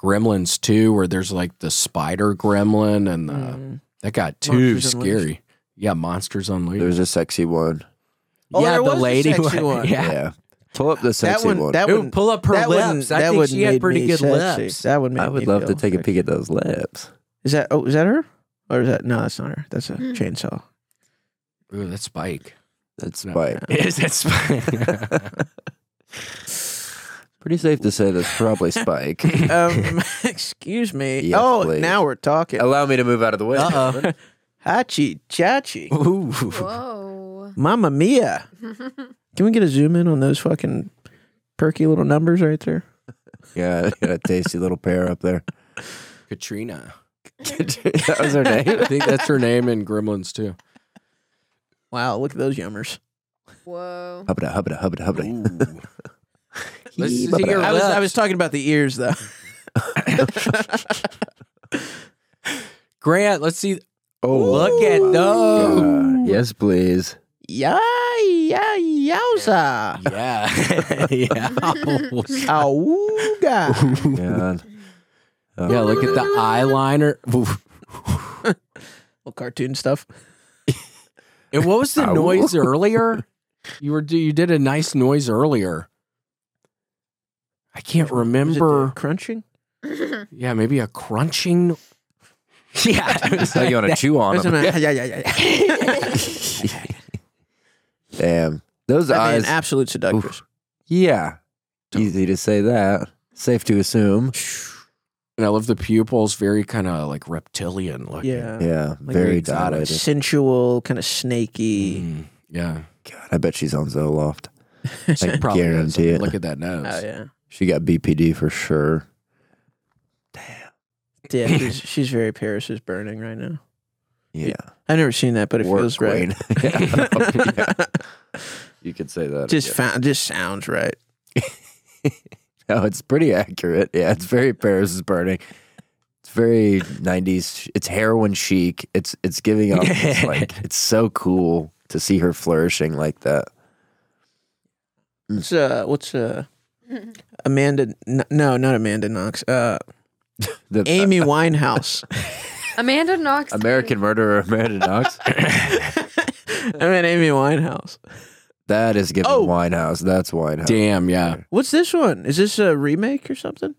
[SPEAKER 3] Gremlins 2, where there's like the spider gremlin and the,
[SPEAKER 2] Mm.
[SPEAKER 3] that got too
[SPEAKER 2] Monsters
[SPEAKER 3] scary.
[SPEAKER 2] Unleashed.
[SPEAKER 3] Yeah, Monsters Unleashed.
[SPEAKER 5] There's a sexy one.
[SPEAKER 2] Oh,
[SPEAKER 3] yeah,
[SPEAKER 2] there
[SPEAKER 3] the
[SPEAKER 2] was a
[SPEAKER 3] lady.
[SPEAKER 2] sexy one.
[SPEAKER 3] Yeah.
[SPEAKER 5] Yeah. Pull up the sexy
[SPEAKER 2] one-
[SPEAKER 5] one.
[SPEAKER 2] that
[SPEAKER 3] Ooh,
[SPEAKER 2] wouldn't-
[SPEAKER 3] pull up her
[SPEAKER 2] That wouldn't.
[SPEAKER 3] lips. I
[SPEAKER 2] That
[SPEAKER 3] think
[SPEAKER 2] wouldn't
[SPEAKER 3] she had
[SPEAKER 2] made
[SPEAKER 3] pretty
[SPEAKER 2] me
[SPEAKER 3] good
[SPEAKER 2] sexy.
[SPEAKER 3] lips.
[SPEAKER 2] That would make
[SPEAKER 5] I would
[SPEAKER 2] me
[SPEAKER 5] love to
[SPEAKER 2] feel
[SPEAKER 5] take a
[SPEAKER 2] sexy.
[SPEAKER 5] peek at those lips.
[SPEAKER 2] Is that? Oh, is that her? Or is that? No, that's not her. That's a
[SPEAKER 3] Hmm.
[SPEAKER 2] chainsaw.
[SPEAKER 3] Ooh, that's Spike.
[SPEAKER 5] That's
[SPEAKER 3] No.
[SPEAKER 5] Spike.
[SPEAKER 3] Is that Spike?
[SPEAKER 5] Pretty safe to say that's probably Spike.
[SPEAKER 2] Um, excuse me.
[SPEAKER 5] Yes,
[SPEAKER 2] oh,
[SPEAKER 5] please.
[SPEAKER 2] now we're talking.
[SPEAKER 5] Allow me to move out of the way.
[SPEAKER 3] Uh-oh.
[SPEAKER 2] Hachi chachi.
[SPEAKER 3] Ooh.
[SPEAKER 6] Whoa.
[SPEAKER 2] Mamma mia. Can we get a zoom in on those fucking perky little numbers right there?
[SPEAKER 5] Yeah, got a tasty little pair up there.
[SPEAKER 3] Katrina.
[SPEAKER 5] that was her name.
[SPEAKER 3] I think that's her name in Gremlins too.
[SPEAKER 2] Wow, look at those yummers.
[SPEAKER 6] Whoa.
[SPEAKER 5] Hubba hubba hubba hubba.
[SPEAKER 3] Let's see
[SPEAKER 5] Hee-ba-ba.
[SPEAKER 3] your
[SPEAKER 2] I was, I was
[SPEAKER 3] lips.
[SPEAKER 2] talking about the ears though.
[SPEAKER 3] Grant, let's see.
[SPEAKER 5] Oh,
[SPEAKER 3] Look at those.
[SPEAKER 5] God. yes, please.
[SPEAKER 2] yeah, yeah, yowza.
[SPEAKER 3] Yeah. yeah.
[SPEAKER 2] Auga.
[SPEAKER 5] God. Oh,
[SPEAKER 3] Yeah, look at the eyeliner. Oof.
[SPEAKER 2] Little cartoon stuff.
[SPEAKER 3] And what was the
[SPEAKER 5] Ow.
[SPEAKER 3] noise earlier? You were you did a nice noise earlier. I can't
[SPEAKER 2] Was it
[SPEAKER 3] remember.
[SPEAKER 2] the crunching?
[SPEAKER 3] Yeah, maybe a crunching. Yeah. it was
[SPEAKER 5] Oh,
[SPEAKER 3] like
[SPEAKER 5] you want to
[SPEAKER 3] that.
[SPEAKER 5] chew on
[SPEAKER 2] Listen,
[SPEAKER 5] them?
[SPEAKER 2] man, yeah, yeah, yeah, yeah.
[SPEAKER 5] Damn, those
[SPEAKER 2] I mean,
[SPEAKER 5] eyes.
[SPEAKER 2] absolute seductress.
[SPEAKER 5] yeah, easy to say that. Safe to assume.
[SPEAKER 3] And I love the pupils, very kind of like reptilian looking.
[SPEAKER 2] Yeah.
[SPEAKER 5] Yeah,
[SPEAKER 2] Like
[SPEAKER 5] very
[SPEAKER 3] exotic.
[SPEAKER 5] dilated.
[SPEAKER 2] Sensual, kind of snaky.
[SPEAKER 3] Mm, yeah.
[SPEAKER 5] God, I bet she's on Zoloft. I
[SPEAKER 3] It probably is.
[SPEAKER 5] guarantee
[SPEAKER 3] I mean,
[SPEAKER 5] it.
[SPEAKER 3] Look at that nose.
[SPEAKER 2] Oh yeah.
[SPEAKER 5] She got BPD for sure.
[SPEAKER 2] Yeah, she's, she's very Paris is burning right now.
[SPEAKER 5] Yeah.
[SPEAKER 2] I've never seen that, but it
[SPEAKER 5] Or
[SPEAKER 2] feels
[SPEAKER 5] Queen.
[SPEAKER 2] right.
[SPEAKER 5] Oh, yeah. You could say that.
[SPEAKER 2] just
[SPEAKER 5] again.
[SPEAKER 2] found, just sounds right.
[SPEAKER 5] no, it's pretty accurate. Yeah, it's very Paris is burning. It's very '90s. It's heroin chic. It's it's giving up. It's like it's so cool to see her flourishing like that.
[SPEAKER 2] What's uh, what's uh, Amanda? N- no, not Amanda Knox. Uh,
[SPEAKER 5] The
[SPEAKER 2] Amy Winehouse.
[SPEAKER 6] Amanda Knox.
[SPEAKER 5] American Murderer Amanda Knox.
[SPEAKER 2] I meant Amy Winehouse.
[SPEAKER 5] that is giving
[SPEAKER 2] Oh.
[SPEAKER 5] Winehouse. That's Winehouse.
[SPEAKER 3] Damn, yeah.
[SPEAKER 2] What's this one? Is this a remake or something?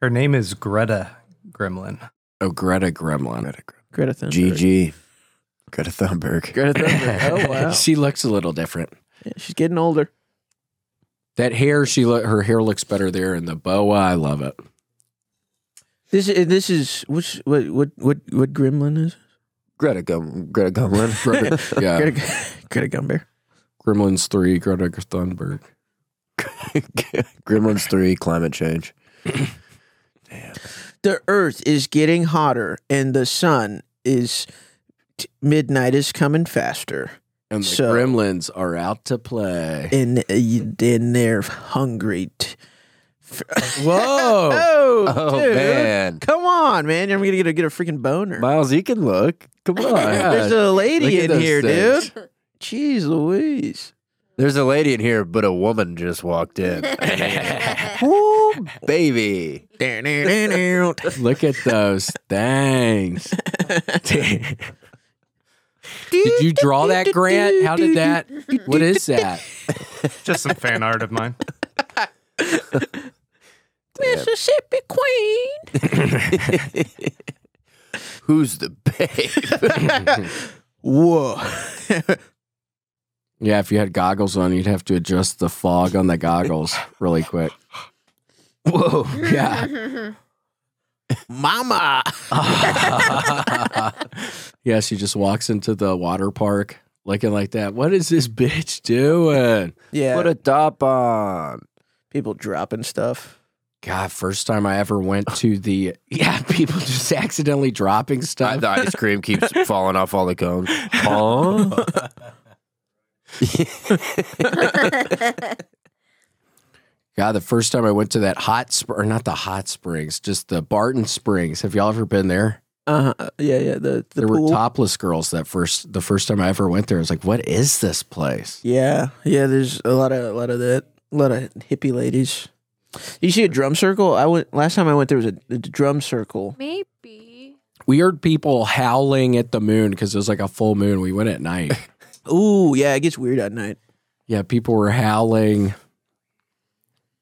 [SPEAKER 7] Her name is Greta Gremlin.
[SPEAKER 3] Oh, Greta Gremlin.
[SPEAKER 2] Greta Thunberg.
[SPEAKER 5] GG. Greta Thunberg.
[SPEAKER 2] Greta Thunberg. Oh wow,
[SPEAKER 3] she looks a little different.
[SPEAKER 2] Yeah, she's getting older.
[SPEAKER 3] That hair, she lo- her hair looks better there, and the boa, I love it.
[SPEAKER 2] eh, This is this is which what what what what Gremlin is?
[SPEAKER 5] Greta Gum Greta Gumlin. Greta,
[SPEAKER 3] yeah.
[SPEAKER 2] Greta, Greta Gumbear.
[SPEAKER 3] Gremlins 3, Greta Thunberg.
[SPEAKER 5] Gremlins three, climate change.
[SPEAKER 2] The Earth is getting hotter, and the sun is t- midnight is coming faster,
[SPEAKER 3] And the
[SPEAKER 2] So-
[SPEAKER 3] Gremlins are out to play.
[SPEAKER 2] and uh, y- and they're hungry. T-
[SPEAKER 3] Whoa.
[SPEAKER 2] oh,
[SPEAKER 5] Oh
[SPEAKER 2] dude.
[SPEAKER 5] man.
[SPEAKER 2] Come on, man! I'm gonna get a, get a freaking boner.
[SPEAKER 5] Miles, you can look. Come on.
[SPEAKER 2] There's a
[SPEAKER 5] Look
[SPEAKER 2] lady
[SPEAKER 5] at
[SPEAKER 2] in
[SPEAKER 5] those
[SPEAKER 2] here,
[SPEAKER 5] things.
[SPEAKER 2] dude. Jeez Louise.
[SPEAKER 5] There's a lady in here, but a woman just walked in. Woo, baby.
[SPEAKER 3] Look at those things. did you draw that, Grant? How did that? What is that?
[SPEAKER 7] Just some fan art of mine.
[SPEAKER 2] Mississippi Queen.
[SPEAKER 5] Who's the babe?
[SPEAKER 2] Whoa.
[SPEAKER 3] Yeah, if you had goggles on, you'd have to adjust the fog on the goggles really quick.
[SPEAKER 5] Whoa.
[SPEAKER 3] Yeah.
[SPEAKER 2] Mama.
[SPEAKER 3] yeah, she just walks into the water park looking like that. What is this bitch doing?
[SPEAKER 2] Yeah.
[SPEAKER 5] Put a top on.
[SPEAKER 2] people dropping stuff.
[SPEAKER 3] God, first time I ever went to the yeah, people just accidentally dropping stuff.
[SPEAKER 5] The ice cream keeps falling off all the cones. Huh?
[SPEAKER 3] God, the first time I went to that hot spring, or not the hot springs, just the Barton Springs. Have y'all ever been there?
[SPEAKER 2] Uh huh. Yeah, yeah. The the
[SPEAKER 3] there
[SPEAKER 2] pool.
[SPEAKER 3] were topless girls that first the first time I ever went there. I was like, what is this place?
[SPEAKER 2] yeah, yeah. There's a lot of a lot of that. A lot of hippie ladies. You see a drum circle? I went last time I went. There was a, a drum circle.
[SPEAKER 6] Maybe.
[SPEAKER 3] We heard people howling at the moon because it was like a full moon. We went at night.
[SPEAKER 2] Ooh, yeah. It gets weird at night.
[SPEAKER 3] Yeah, people were howling.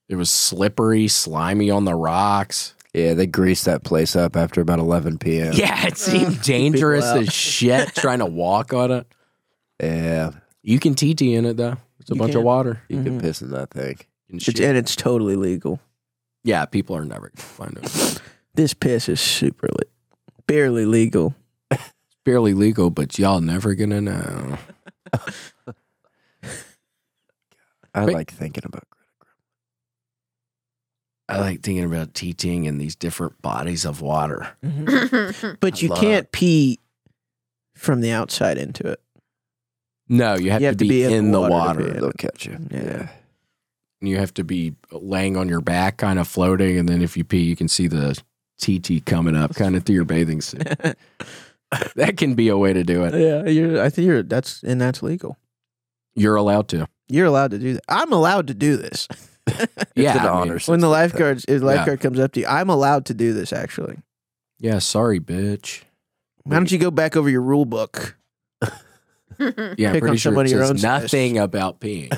[SPEAKER 3] It was slippery, slimy on the rocks.
[SPEAKER 5] yeah, they greased that place up after about 11 p.m.
[SPEAKER 3] Yeah, it seemed dangerous
[SPEAKER 2] out.
[SPEAKER 3] as shit trying to walk on it.
[SPEAKER 5] Yeah,
[SPEAKER 3] You can TT in it though. It's a
[SPEAKER 2] You
[SPEAKER 3] bunch
[SPEAKER 2] can.
[SPEAKER 3] of water.
[SPEAKER 5] you can piss in that thing.
[SPEAKER 3] And
[SPEAKER 2] It's, and it's totally legal.
[SPEAKER 3] yeah, people are never gonna find it.
[SPEAKER 2] This piss is super le- barely legal.
[SPEAKER 3] Barely legal, but y'all never gonna know.
[SPEAKER 5] I
[SPEAKER 3] Wait.
[SPEAKER 5] like thinking about
[SPEAKER 3] I like thinking about TTing in these different bodies of water.
[SPEAKER 2] But
[SPEAKER 3] Mm-hmm. I
[SPEAKER 2] you
[SPEAKER 3] love-
[SPEAKER 2] can't pee from the outside into it.
[SPEAKER 3] No, you have, to, be, in, the water.
[SPEAKER 2] to pee.
[SPEAKER 5] They'll catch you.
[SPEAKER 2] Yeah.
[SPEAKER 3] You have to be laying on your back, kind of floating, and then if you pee, you can see the TT coming up, kind of through your bathing suit. that can be a way to do it.
[SPEAKER 2] Yeah, you're, I think you're. That's and that's legal.
[SPEAKER 3] You're allowed to.
[SPEAKER 2] You're allowed to do that. I'm allowed to do this.
[SPEAKER 3] yeah,
[SPEAKER 5] it's an
[SPEAKER 3] I mean,
[SPEAKER 5] honor.
[SPEAKER 2] when the
[SPEAKER 5] system.
[SPEAKER 2] lifeguards, if the lifeguard comes up to you, I'm allowed to do this. Actually,
[SPEAKER 3] yeah. Sorry, bitch.
[SPEAKER 2] why don't you go back over your rule book?
[SPEAKER 3] Yeah, I'm
[SPEAKER 2] Pick on
[SPEAKER 3] pretty sure it
[SPEAKER 2] somebody your
[SPEAKER 3] says
[SPEAKER 2] own size.
[SPEAKER 3] nothing about peeing.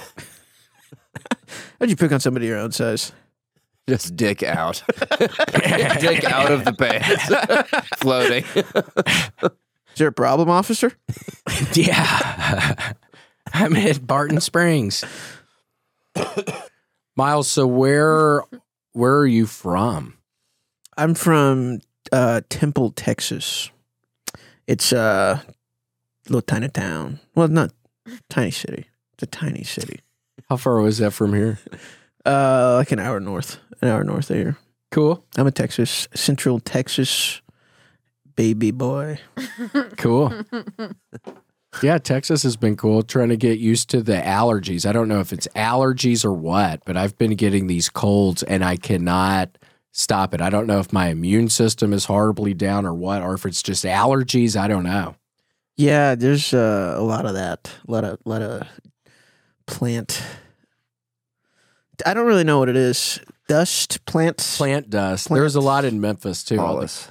[SPEAKER 2] Why'd you pick on somebody your own size?
[SPEAKER 5] just dick out, dick out of the pants, floating.
[SPEAKER 2] Is there a problem, officer?
[SPEAKER 3] yeah, I'm at Barton Springs. Miles, so where where are you from?
[SPEAKER 2] I'm from uh, Temple, Texas. It's a little tiny town. Well, not tiny city. It's a tiny city.
[SPEAKER 3] How far was that from here?
[SPEAKER 2] Uh, like an hour north, an hour north of here.
[SPEAKER 3] Cool,
[SPEAKER 2] I'm a Texas, Central Texas baby boy.
[SPEAKER 3] cool. Yeah, Texas has been cool. Trying to get used to the allergies. I don't know if it's allergies or what, but I've been getting these colds and I cannot stop it. I don't know if my immune system is horribly down or what, or if it's just allergies. I don't know.
[SPEAKER 2] Yeah, there's uh, a lot of that. A lot of lot of plant. I don't really know what it is. Dust plants,
[SPEAKER 3] Plant dust.
[SPEAKER 2] Plant-
[SPEAKER 3] There's a lot in Memphis too. All the-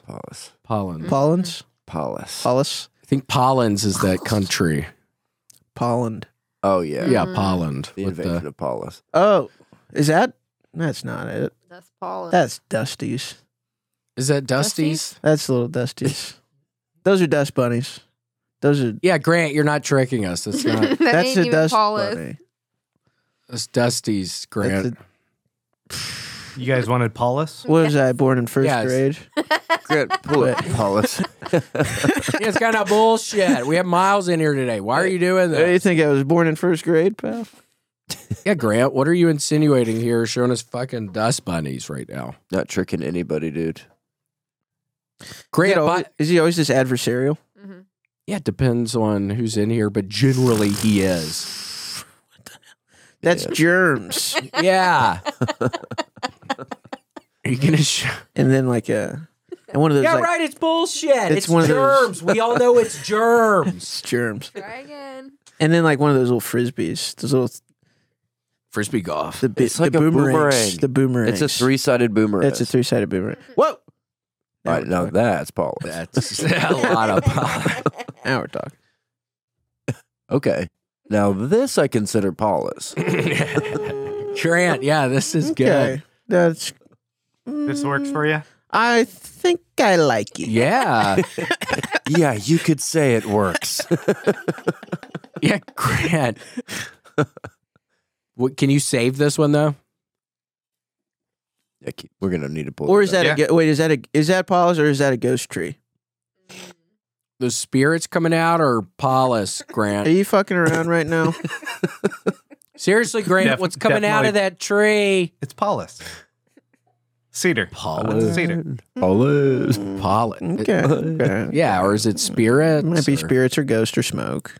[SPEAKER 2] pollens,
[SPEAKER 3] Pollens.
[SPEAKER 5] Paulus,
[SPEAKER 6] Mm-hmm.
[SPEAKER 3] Pollen.
[SPEAKER 2] pollens,
[SPEAKER 5] Paulus.
[SPEAKER 2] pollens,
[SPEAKER 3] I think Pollens is that country.
[SPEAKER 2] pollen.
[SPEAKER 5] Oh yeah,
[SPEAKER 3] Yeah, Pollen.
[SPEAKER 5] The
[SPEAKER 3] with the-
[SPEAKER 5] invasion of Paulus.
[SPEAKER 2] Oh, is that? That's not it.
[SPEAKER 6] That's Paula.
[SPEAKER 2] That's dusties.
[SPEAKER 3] is that Dusty's?
[SPEAKER 2] That's little dusties. Those are dust bunnies. Those are.
[SPEAKER 3] Yeah, Grant, you're not tricking us. That's not.
[SPEAKER 6] that
[SPEAKER 2] that's
[SPEAKER 6] ain't
[SPEAKER 2] a
[SPEAKER 6] even
[SPEAKER 2] dust
[SPEAKER 6] Paula's.
[SPEAKER 2] bunny.
[SPEAKER 3] That's Dusty's, Grant.
[SPEAKER 2] That's a-
[SPEAKER 7] You guys wanted Paulus?
[SPEAKER 2] What was I born in first
[SPEAKER 3] Yes.
[SPEAKER 2] grade?
[SPEAKER 5] Good. Pull it, Paulus.
[SPEAKER 3] it's kind of bullshit. We have Miles in here today. Why are you doing
[SPEAKER 2] Uh, You
[SPEAKER 3] this?
[SPEAKER 2] think I was born in first grade, pal?
[SPEAKER 3] Yeah, Grant, what are you insinuating here? Showing us fucking dust bunnies right now.
[SPEAKER 5] Not tricking anybody, dude.
[SPEAKER 3] Grant,
[SPEAKER 2] Is he always-
[SPEAKER 3] but-
[SPEAKER 2] is he always this adversarial?
[SPEAKER 6] Mm-hmm.
[SPEAKER 3] yeah, it depends on who's in here, but generally he is.
[SPEAKER 2] That's germs.
[SPEAKER 3] Yeah. are you gonna show?
[SPEAKER 2] and then like uh and one of those
[SPEAKER 3] Yeah,
[SPEAKER 2] like
[SPEAKER 3] right. It's bullshit.
[SPEAKER 2] It's
[SPEAKER 3] It's,
[SPEAKER 2] one of those-
[SPEAKER 3] germs. We all know it's germs.
[SPEAKER 2] it's germs.
[SPEAKER 6] Try again.
[SPEAKER 2] And then like one of those little frisbees, those little
[SPEAKER 3] Frisbee golf.
[SPEAKER 2] the, bi-
[SPEAKER 5] It's like
[SPEAKER 2] the
[SPEAKER 5] a
[SPEAKER 2] boomerangs,
[SPEAKER 5] boomerang.
[SPEAKER 2] the boomerangs.
[SPEAKER 5] It's a three-sided boomerang.
[SPEAKER 2] It's a three-sided boomerang. Whoa! Now
[SPEAKER 5] All right,
[SPEAKER 2] we're
[SPEAKER 5] now
[SPEAKER 2] talking.
[SPEAKER 5] that's Paulus.
[SPEAKER 3] That's a lot of power.
[SPEAKER 2] Now we're talking.
[SPEAKER 5] okay. Now this I consider Paulus.
[SPEAKER 3] Grant, yeah, this is
[SPEAKER 2] Okay,
[SPEAKER 3] good.
[SPEAKER 2] that's. mm,
[SPEAKER 7] This works for you?
[SPEAKER 2] I think I like it.
[SPEAKER 3] Yeah.
[SPEAKER 5] yeah, you could say it works.
[SPEAKER 3] Yeah, Grant. what, can you save this one though?
[SPEAKER 5] Yeah, keep- We're gonna need to pull.
[SPEAKER 2] Or
[SPEAKER 5] it
[SPEAKER 2] is that
[SPEAKER 7] Yeah.
[SPEAKER 2] a go- wait? Is that a is that Paul's or is that a ghost tree?
[SPEAKER 3] The spirits coming out or Paulus,
[SPEAKER 2] Are
[SPEAKER 3] Grant?
[SPEAKER 2] you fucking around right now?
[SPEAKER 3] Seriously, Grant,
[SPEAKER 7] Def-
[SPEAKER 3] what's coming out of
[SPEAKER 7] definitely.
[SPEAKER 3] that tree?
[SPEAKER 7] It's Paulus. Cedar.
[SPEAKER 3] Paulus.
[SPEAKER 7] Cedar.
[SPEAKER 5] up. Hmm. Paulus.
[SPEAKER 3] Paulus.
[SPEAKER 2] Okay. okay.
[SPEAKER 3] Yeah, or is it spirits?
[SPEAKER 2] Might be
[SPEAKER 3] or-
[SPEAKER 2] spirits or ghost or smoke.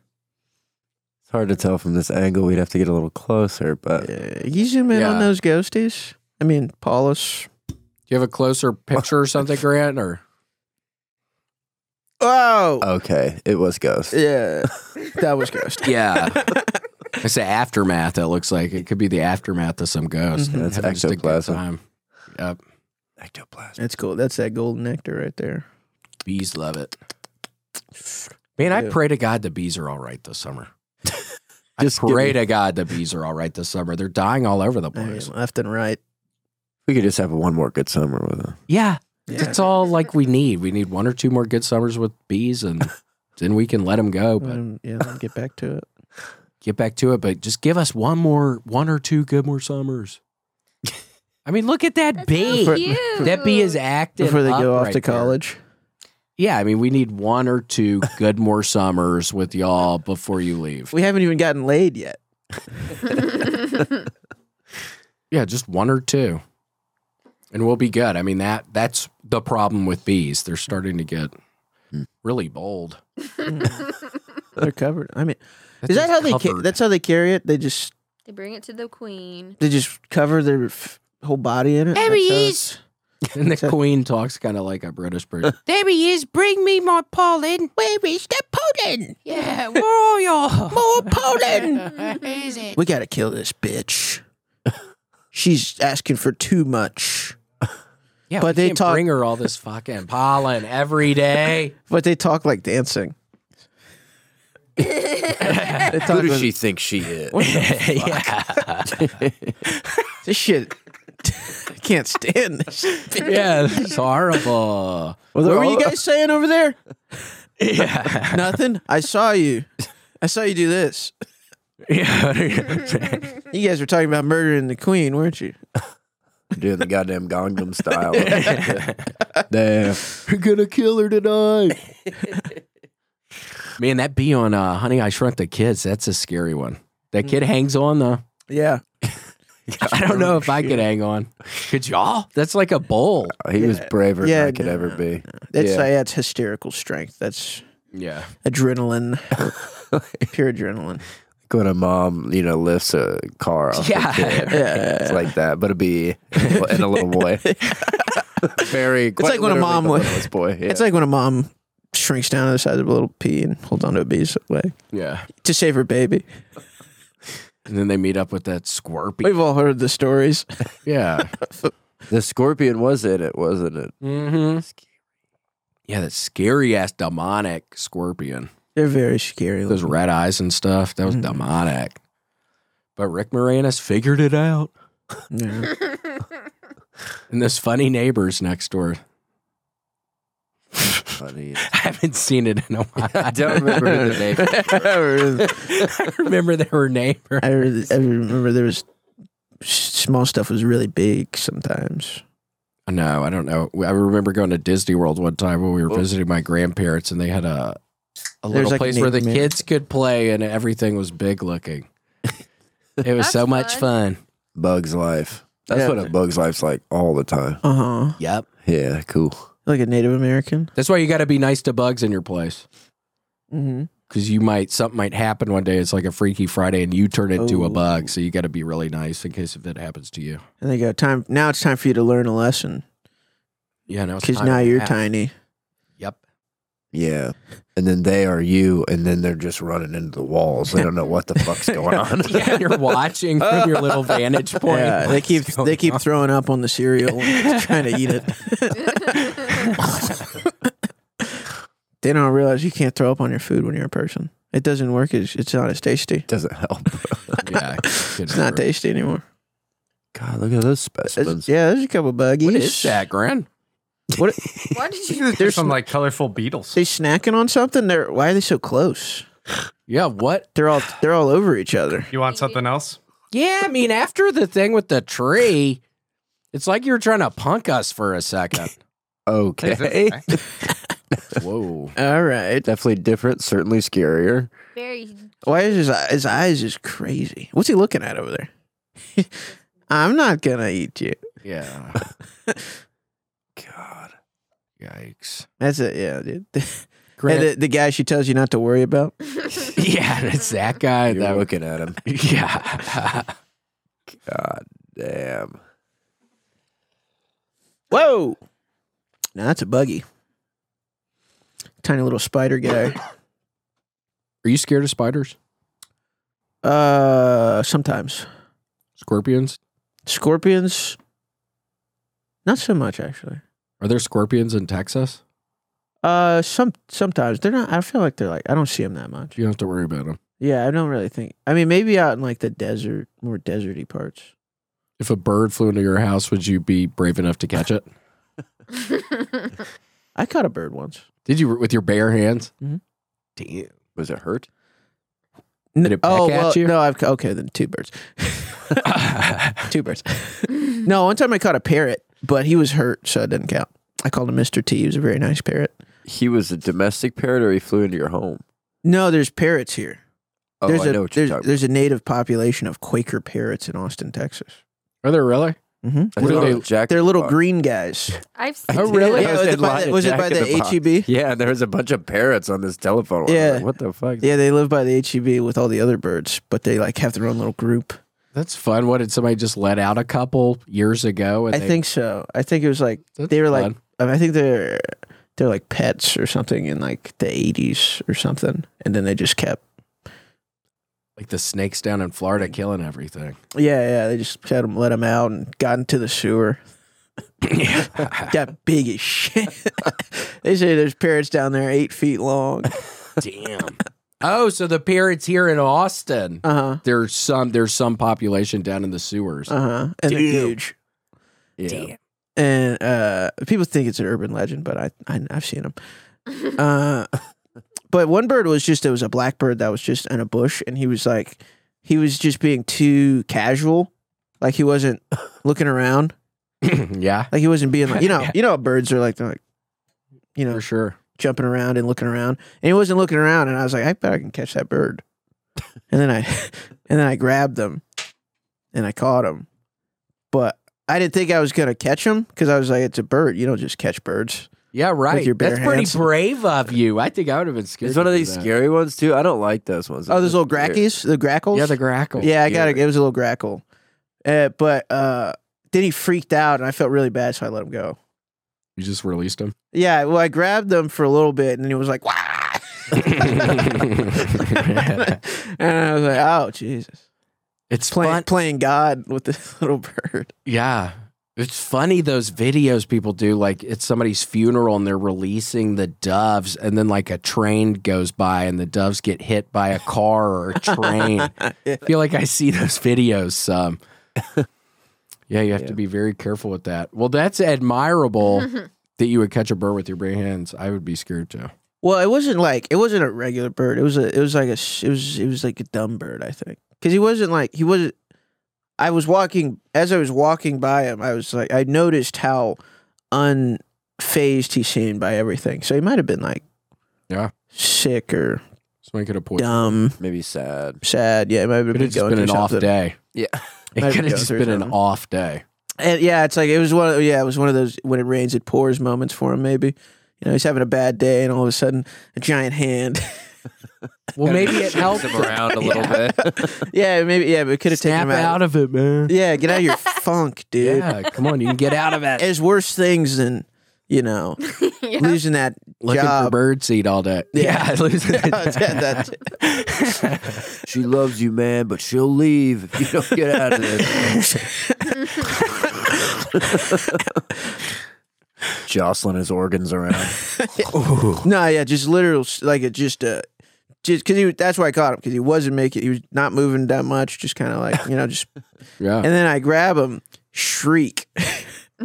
[SPEAKER 5] It's hard to tell from this angle. We'd have to get a little closer, but
[SPEAKER 2] Uh, you zoom in on
[SPEAKER 3] Yeah.
[SPEAKER 2] those ghosties. I mean, Paulus.
[SPEAKER 3] Do you have a closer picture or something, Grant? Or
[SPEAKER 2] Oh,
[SPEAKER 5] okay, it was ghost.
[SPEAKER 2] yeah, that was ghost.
[SPEAKER 3] yeah, it's the aftermath. That looks like it could be the aftermath of some ghost.
[SPEAKER 2] Mhm.
[SPEAKER 5] That's
[SPEAKER 3] Having just a good
[SPEAKER 5] ectoplasm.
[SPEAKER 3] time. Yep,
[SPEAKER 5] Ectoplasm.
[SPEAKER 2] That's cool. That's that golden nectar right there.
[SPEAKER 3] bees love it. Man, I
[SPEAKER 2] Yeah.
[SPEAKER 3] pray to God the bees are all right this summer.
[SPEAKER 5] Just give
[SPEAKER 3] Pray
[SPEAKER 5] me-
[SPEAKER 3] to God the bees are all right this summer. They're dying all over the
[SPEAKER 2] I mean,
[SPEAKER 3] place.
[SPEAKER 2] left and right.
[SPEAKER 5] We could just have one more good summer with them.
[SPEAKER 3] Yeah,
[SPEAKER 2] Yeah.
[SPEAKER 3] it's all like we need. We need one or two more good summers with bees, and then we can let them go. But
[SPEAKER 2] Um, yeah, let me get back to it.
[SPEAKER 3] get back to it. But just give us one more, one or two good more summers. I mean, look at that
[SPEAKER 6] That's
[SPEAKER 3] bee.
[SPEAKER 6] so
[SPEAKER 2] Before-
[SPEAKER 6] cute.
[SPEAKER 3] That bee is active
[SPEAKER 2] Before they go off to
[SPEAKER 3] college.
[SPEAKER 2] college.
[SPEAKER 3] Yeah, I mean, we need one or two good more summers with y'all before you leave.
[SPEAKER 2] We haven't even gotten laid yet.
[SPEAKER 3] Yeah, just one or two, and we'll be good. I mean that that's the problem with bees; they're starting to get
[SPEAKER 2] Hmm.
[SPEAKER 3] really bold.
[SPEAKER 2] They're covered. I mean,
[SPEAKER 3] That
[SPEAKER 2] is that
[SPEAKER 3] thing's
[SPEAKER 2] how they? Ca-
[SPEAKER 3] covered.
[SPEAKER 2] that's how they carry it. They just
[SPEAKER 6] They bring it to the queen.
[SPEAKER 2] they just cover their f- whole body in it. That's how it's-
[SPEAKER 3] and the
[SPEAKER 2] that's-
[SPEAKER 3] queen talks kind of like a British person. there he is. Bring me my pollen. Where is the pollen? Yeah, where are Oh, y'all?
[SPEAKER 2] More pollen.
[SPEAKER 6] Where is it?
[SPEAKER 2] we gotta kill this bitch. She's asking for too much.
[SPEAKER 3] Yeah,
[SPEAKER 2] But
[SPEAKER 3] we
[SPEAKER 2] they
[SPEAKER 3] can't
[SPEAKER 2] talk-
[SPEAKER 3] bring her all this fucking pollen every day.
[SPEAKER 2] But they talk like dancing. they talk
[SPEAKER 5] Who does
[SPEAKER 2] with-
[SPEAKER 5] she think she is?
[SPEAKER 3] yeah.
[SPEAKER 2] This shit. I can't stand this.
[SPEAKER 3] yeah, that's horrible.
[SPEAKER 2] What
[SPEAKER 5] they're
[SPEAKER 2] were you
[SPEAKER 5] all-
[SPEAKER 2] guys saying over there?
[SPEAKER 3] Yeah.
[SPEAKER 2] Nothing. I saw you. I saw you do this.
[SPEAKER 3] yeah.
[SPEAKER 2] You guys were talking about murdering the queen, weren't you?
[SPEAKER 5] Doing the goddamn Gangnam style. Damn.
[SPEAKER 3] You're gonna kill her tonight. Man, that bee on uh, Honey I Shrunk the Kids, that's a scary one. That kid hangs on though.
[SPEAKER 2] Yeah.
[SPEAKER 3] I don't know if I could hang on. Could y'all? That's like a bowl.
[SPEAKER 5] Oh, He was braver
[SPEAKER 2] Yeah,
[SPEAKER 5] than I could
[SPEAKER 2] no,
[SPEAKER 5] ever be.
[SPEAKER 2] That's
[SPEAKER 5] Yeah.
[SPEAKER 2] uh, yeah, it's hysterical strength. That's
[SPEAKER 3] Yeah.
[SPEAKER 2] adrenaline. Pure adrenaline.
[SPEAKER 5] Like when a mom, you know, lifts a car off
[SPEAKER 3] Yeah.
[SPEAKER 5] a kid.
[SPEAKER 2] Yeah.
[SPEAKER 5] It's like that, but a bee and a little boy. Very. It's
[SPEAKER 2] like when a mom would-
[SPEAKER 5] boy. Yeah.
[SPEAKER 2] It's like when a mom shrinks down to the size of a little pea and holds onto a bee's leg
[SPEAKER 3] Yeah.
[SPEAKER 2] to save her baby.
[SPEAKER 3] And then they meet up with that scorpion.
[SPEAKER 2] We've all heard the stories.
[SPEAKER 3] Yeah.
[SPEAKER 5] the scorpion was in it, wasn't it?
[SPEAKER 3] mm-hmm. Yeah, that scary ass demonic scorpion.
[SPEAKER 2] They're very scary.
[SPEAKER 3] those red eyes and stuff. That was
[SPEAKER 2] Mhm.
[SPEAKER 3] demonic. But Rick Moranis figured it out.
[SPEAKER 2] Yeah.
[SPEAKER 3] And those funny neighbors next door.
[SPEAKER 5] Funny.
[SPEAKER 3] I haven't seen it in a while.
[SPEAKER 5] I don't remember who the neighbors
[SPEAKER 3] I remember they were neighbors.
[SPEAKER 2] I, re- I remember there was s- small stuff was really big sometimes.
[SPEAKER 3] No, I don't know. I remember going to Disney World one time when we were visiting my grandparents, and they had a a
[SPEAKER 2] There's
[SPEAKER 3] little
[SPEAKER 2] like
[SPEAKER 3] place where the
[SPEAKER 2] Nick-
[SPEAKER 3] kids could play, and everything was big looking. It was
[SPEAKER 6] That's
[SPEAKER 3] so much fun.
[SPEAKER 5] Bug's life. That's
[SPEAKER 3] Yeah.
[SPEAKER 5] what a bug's life's like all the time.
[SPEAKER 2] Uh huh.
[SPEAKER 3] Yep.
[SPEAKER 5] Yeah, cool.
[SPEAKER 2] Like a Native American.
[SPEAKER 3] That's why you got to be nice to bugs in your place
[SPEAKER 2] Mm-hmm.
[SPEAKER 3] because you might something might happen one day. It's like a Freaky Friday, and you turn into
[SPEAKER 2] Oh.
[SPEAKER 3] a bug, so you got to be really nice in case if that happens to you.
[SPEAKER 2] And they go time. Now it's time for you to learn a lesson
[SPEAKER 3] Yeah, now it's
[SPEAKER 2] because
[SPEAKER 3] time
[SPEAKER 2] now
[SPEAKER 3] to
[SPEAKER 2] you're
[SPEAKER 3] act.
[SPEAKER 2] tiny.
[SPEAKER 3] Yep.
[SPEAKER 5] Yeah. And then they are you, and then they're just running into the walls. They don't know what the fuck's going on.
[SPEAKER 3] yeah, you're watching from your little vantage point.
[SPEAKER 2] Yeah, they
[SPEAKER 3] What's
[SPEAKER 2] keep
[SPEAKER 3] going
[SPEAKER 2] they keep
[SPEAKER 3] on?
[SPEAKER 2] throwing up on the cereal, and trying to eat it. they don't realize you can't throw up on your food when you're a person. It doesn't work. It's, it's not as tasty.
[SPEAKER 5] doesn't help.
[SPEAKER 3] yeah, good
[SPEAKER 2] It's not
[SPEAKER 3] for-
[SPEAKER 2] tasty anymore.
[SPEAKER 5] God, look at those
[SPEAKER 2] It's-
[SPEAKER 5] specimens.
[SPEAKER 2] yeah, there's a couple buggies.
[SPEAKER 3] What is that, Gran?
[SPEAKER 2] What-
[SPEAKER 4] Why did you?
[SPEAKER 2] There's
[SPEAKER 7] There's some like colorful beetles.
[SPEAKER 2] they snacking on something? They're why are they so close?
[SPEAKER 3] Yeah, what?
[SPEAKER 2] They're all they're all over each other.
[SPEAKER 7] You want something else?
[SPEAKER 3] Yeah, I mean, after the thing with the tree, it's like you're trying to punk us for a second.
[SPEAKER 5] Okay.
[SPEAKER 3] Whoa.
[SPEAKER 2] All right.
[SPEAKER 5] Definitely different, certainly scarier.
[SPEAKER 6] Very
[SPEAKER 2] Why is his eye- his eyes is crazy? What's he looking at over there? I'm not gonna eat you.
[SPEAKER 3] Yeah.
[SPEAKER 5] God.
[SPEAKER 3] Yikes.
[SPEAKER 2] That's it. Yeah, dude.
[SPEAKER 3] Grant,
[SPEAKER 2] And the, the guy she tells you not to worry about.
[SPEAKER 3] yeah, it's that guy.
[SPEAKER 5] You're
[SPEAKER 3] That,
[SPEAKER 5] looking at him.
[SPEAKER 3] yeah.
[SPEAKER 5] God damn.
[SPEAKER 2] Whoa! Now that's a buggy. Tiny little spider guy.
[SPEAKER 3] Are you scared of spiders?
[SPEAKER 2] Uh, sometimes
[SPEAKER 3] Scorpions?
[SPEAKER 2] scorpions. Not so much actually.
[SPEAKER 3] Are there scorpions in Texas?
[SPEAKER 2] Uh, some sometimes they're not. I feel like they're like I don't see them that much.
[SPEAKER 3] You don't have to worry about them.
[SPEAKER 2] Yeah, I don't really think. I mean, maybe out in like the desert, more deserty parts.
[SPEAKER 3] If a bird flew into your house, would you be brave enough to catch it?
[SPEAKER 2] I caught a bird once.
[SPEAKER 3] Did you with your bare hands?
[SPEAKER 2] Mhm.
[SPEAKER 3] Damn.
[SPEAKER 5] Was it hurt?
[SPEAKER 3] Did it peck
[SPEAKER 2] oh
[SPEAKER 3] at
[SPEAKER 2] well,
[SPEAKER 3] you?
[SPEAKER 2] no, I've ca- okay then two birds, two birds. no, one time I caught a parrot, but he was hurt, so it didn't count. I called him Mister T. He was a very nice parrot.
[SPEAKER 5] He was a domestic parrot or he flew into your home?
[SPEAKER 2] No, there's parrots here.
[SPEAKER 5] Oh,
[SPEAKER 2] there's
[SPEAKER 5] I
[SPEAKER 2] a
[SPEAKER 5] know what you're
[SPEAKER 2] there's,
[SPEAKER 5] talking
[SPEAKER 2] there's a native population of Quaker parrots in Austin, Texas.
[SPEAKER 3] Are there really?
[SPEAKER 2] Mm-hmm.
[SPEAKER 5] about. I thought
[SPEAKER 3] what are
[SPEAKER 5] it
[SPEAKER 3] they-
[SPEAKER 5] was Jack in
[SPEAKER 2] They're
[SPEAKER 5] the
[SPEAKER 2] little
[SPEAKER 5] Box.
[SPEAKER 2] green guys.
[SPEAKER 6] I've seen
[SPEAKER 3] Oh, really?
[SPEAKER 2] Yeah, was it by the, was it by the HEB?
[SPEAKER 5] Yeah, there was a bunch of parrots on this telephone.
[SPEAKER 2] Yeah.
[SPEAKER 5] Yeah. what the fuck?
[SPEAKER 2] Yeah, they live by the HEB with all the other birds, but they like have their own little group.
[SPEAKER 3] That's fun. What did somebody just let out a couple years ago? And
[SPEAKER 2] I
[SPEAKER 3] they-
[SPEAKER 2] think so. I think it was like
[SPEAKER 3] That's
[SPEAKER 2] they were like
[SPEAKER 3] fun.
[SPEAKER 2] I, mean, I think they're they're like pets or something in like the 80s or something, and then they just kept
[SPEAKER 3] like the snakes down in Florida killing everything.
[SPEAKER 2] yeah yeah they just had them let them out and got into the sewer. got big as shit. they say there's parrots down there eight feet long.
[SPEAKER 3] Damn. Oh, so the parrots here in Austin.
[SPEAKER 2] Uh huh.
[SPEAKER 3] There's some there's some population down in the sewers.
[SPEAKER 2] Uh huh. And they're
[SPEAKER 3] Damn.
[SPEAKER 2] huge.
[SPEAKER 5] Yeah.
[SPEAKER 2] And uh, people think it's an urban legend, but I, I I've seen them. Uh, but one bird was just it was a black bird that was just in a bush, and he was like, he was just being too casual, like he wasn't looking around,
[SPEAKER 3] yeah.
[SPEAKER 2] like he wasn't being like you know you know how birds are like they're like, you know
[SPEAKER 3] For sure.
[SPEAKER 2] jumping around and looking around, and he wasn't looking around, and I was like, I bet I can catch that bird. and then I, and then I grabbed him, and I caught him, but I didn't think I was gonna catch him because I was like, it's a bird. You don't just catch birds.
[SPEAKER 3] Yeah, right.
[SPEAKER 2] your bare
[SPEAKER 3] That's pretty
[SPEAKER 2] hands.
[SPEAKER 3] brave of you. I think I would have been scared.
[SPEAKER 5] It's one of
[SPEAKER 3] to do
[SPEAKER 5] these
[SPEAKER 3] that.
[SPEAKER 5] scary ones too. I don't like those ones.
[SPEAKER 2] Oh, those little
[SPEAKER 5] They're-
[SPEAKER 2] grackies, the grackles.
[SPEAKER 3] Yeah, the grackle.
[SPEAKER 2] yeah, I got it. It was a little grackle, uh, but uh, then he freaked out, and I felt really bad, so I let him go.
[SPEAKER 3] You just released him.
[SPEAKER 2] Yeah, well, I grabbed them for a little bit, and he was like, "Wah!" and I was like, "Oh, Jesus."
[SPEAKER 3] It's
[SPEAKER 2] playing
[SPEAKER 3] fun.
[SPEAKER 2] playing God with this little bird.
[SPEAKER 3] Yeah. It's funny those videos people do, like it's somebody's funeral and they're releasing the doves, and then like a train goes by and the doves get hit by a car or a train. I feel like I see those videos some. yeah, you have to be very careful with that. Well, that's admirable
[SPEAKER 4] Mm-hmm.
[SPEAKER 6] Oh,
[SPEAKER 3] that you would catch a bird with your bare hands. I would be scared too.
[SPEAKER 2] Well, it wasn't like it wasn't a regular bird. It was a it was like a s- it was it was like a dumb bird, I think, because he wasn't like he wasn't I was walking as I was walking by him, I was like I noticed how unfazed he seemed by everything. So he might have been like
[SPEAKER 3] Yeah.
[SPEAKER 2] sick or
[SPEAKER 3] Let's make it a point.
[SPEAKER 2] dumb,
[SPEAKER 5] Maybe sad.
[SPEAKER 2] sad. Yeah, it might have
[SPEAKER 3] Could
[SPEAKER 2] been
[SPEAKER 3] have just
[SPEAKER 2] going
[SPEAKER 3] been an
[SPEAKER 2] through
[SPEAKER 3] off
[SPEAKER 2] something.
[SPEAKER 3] day.
[SPEAKER 5] Yeah.
[SPEAKER 3] It
[SPEAKER 2] Might
[SPEAKER 3] could
[SPEAKER 2] be going
[SPEAKER 3] have just
[SPEAKER 2] through
[SPEAKER 3] been an
[SPEAKER 2] something.
[SPEAKER 3] off day.
[SPEAKER 2] And yeah, it's like it was one. Of, yeah, it was one of those when it rains it pours moments for him. Maybe you know he's having a bad day, and all of a sudden a giant hand.
[SPEAKER 3] Well, maybe it
[SPEAKER 5] Helps
[SPEAKER 3] helped.
[SPEAKER 5] him around a little bit.
[SPEAKER 2] yeah, maybe. Yeah, but it could have taken
[SPEAKER 3] Snap
[SPEAKER 2] him out.
[SPEAKER 3] out of it, man.
[SPEAKER 2] yeah, get out of your funk, dude.
[SPEAKER 3] Yeah, come on, you can get out of it.
[SPEAKER 2] There's worse things than you know
[SPEAKER 4] Yeah.
[SPEAKER 2] losing that
[SPEAKER 3] Looking
[SPEAKER 2] job.
[SPEAKER 3] for bird seed all day.
[SPEAKER 2] Yeah.
[SPEAKER 3] losing
[SPEAKER 2] Yeah, that's it.
[SPEAKER 5] she loves you, man, but she'll leave if you don't get out of this. Jostling his organs around.
[SPEAKER 2] no, yeah, just literal, s- like it just uh, just because he was- that's why I caught him because he wasn't making, he was not moving that much, just kind of like you know, just
[SPEAKER 3] Yeah.
[SPEAKER 2] and then I grab him, shriek.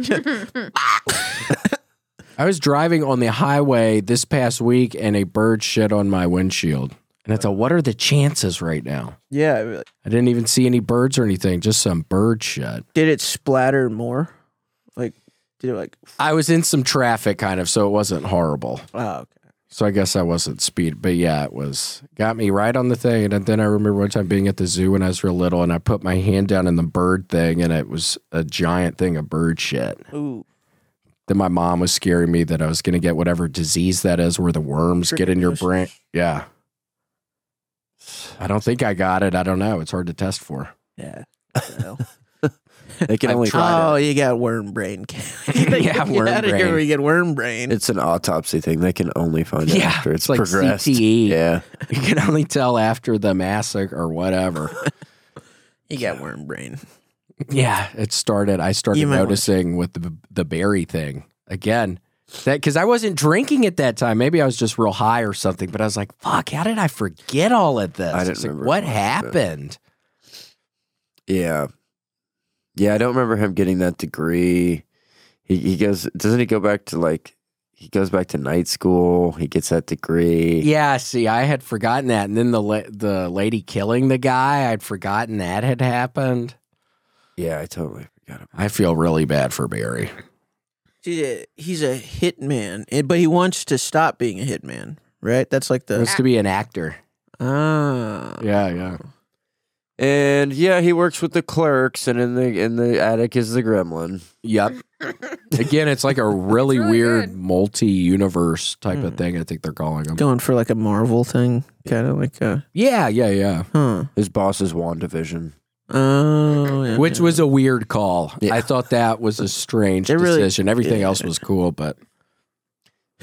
[SPEAKER 3] I was driving on the highway this past week and a bird shit on my windshield. And I thought, what are the chances right now?
[SPEAKER 2] Yeah, I was like,
[SPEAKER 3] I didn't even see any birds or anything, just some bird shit.
[SPEAKER 2] did it splatter more? Like, did it like?
[SPEAKER 3] I was in some traffic kind of, so it wasn't horrible.
[SPEAKER 2] Oh, okay.
[SPEAKER 3] So I guess I wasn't speed, but yeah, it was got me right on the thing. And then I remember one time being at the zoo when I was real little, and I put my hand down in the bird thing, and it was a giant thing of bird shit.
[SPEAKER 2] Ooh,
[SPEAKER 3] Then my mom was scaring me that I was going to get whatever disease that is, where the worms get in your brain. Yeah, I don't think I got it. I don't know. It's hard to test for.
[SPEAKER 2] yeah. What the hell?
[SPEAKER 5] They can
[SPEAKER 3] I've
[SPEAKER 5] only
[SPEAKER 2] oh,
[SPEAKER 5] find
[SPEAKER 2] you got worm brain.
[SPEAKER 3] Yeah, worm
[SPEAKER 2] How did
[SPEAKER 3] brain.
[SPEAKER 2] we get worm brain?
[SPEAKER 5] it. It's an autopsy thing. They can only find it
[SPEAKER 3] Yeah,
[SPEAKER 5] after it's,
[SPEAKER 3] it's like E.
[SPEAKER 5] progressed.
[SPEAKER 2] E.
[SPEAKER 3] CTE.
[SPEAKER 5] Yeah.
[SPEAKER 3] You can only tell after the massacre or whatever.
[SPEAKER 2] you got worm brain.
[SPEAKER 3] Yeah, it started. I started
[SPEAKER 2] You might want-
[SPEAKER 3] noticing with the the berry thing again. That because I wasn't drinking at that time. Maybe I was just real high or something. But I was like, "Fuck! How did I forget all of this?
[SPEAKER 5] I didn't
[SPEAKER 3] It's like,
[SPEAKER 5] remember
[SPEAKER 3] what
[SPEAKER 5] all of it.
[SPEAKER 3] happened."
[SPEAKER 5] Yeah. Yeah, I don't remember him getting that degree. He he goes doesn't he go back to like he goes back to night school, he gets that degree.
[SPEAKER 3] Yeah, see, I had forgotten that, and then the la- the lady killing the guy, I'd forgotten that had happened.
[SPEAKER 5] Yeah, I totally forgot about
[SPEAKER 3] I feel really bad for Barry.
[SPEAKER 2] He's a, he's a hitman, eh, but he wants to stop being a hitman, right? That's like
[SPEAKER 3] He
[SPEAKER 2] the
[SPEAKER 3] wants to be an actor.
[SPEAKER 2] ah,
[SPEAKER 3] Yeah, yeah.
[SPEAKER 5] And yeah, he works with the clerks and in the in the attic is the gremlin.
[SPEAKER 3] Yep. Again, it's like a really,
[SPEAKER 4] really
[SPEAKER 3] weird
[SPEAKER 4] good.
[SPEAKER 3] multi-universe type of
[SPEAKER 2] Mhm.
[SPEAKER 3] thing. I think they're calling them.
[SPEAKER 2] going for like a Marvel thing, kind of like a
[SPEAKER 3] Yeah, yeah, yeah.
[SPEAKER 2] huh?
[SPEAKER 5] His boss is WandaVision.
[SPEAKER 2] Oh, yeah,
[SPEAKER 3] Which
[SPEAKER 2] yeah.
[SPEAKER 3] was a weird call.
[SPEAKER 5] Yeah.
[SPEAKER 3] I thought that was a strange
[SPEAKER 2] It really-
[SPEAKER 3] decision. Everything
[SPEAKER 2] yeah.
[SPEAKER 3] else was cool, but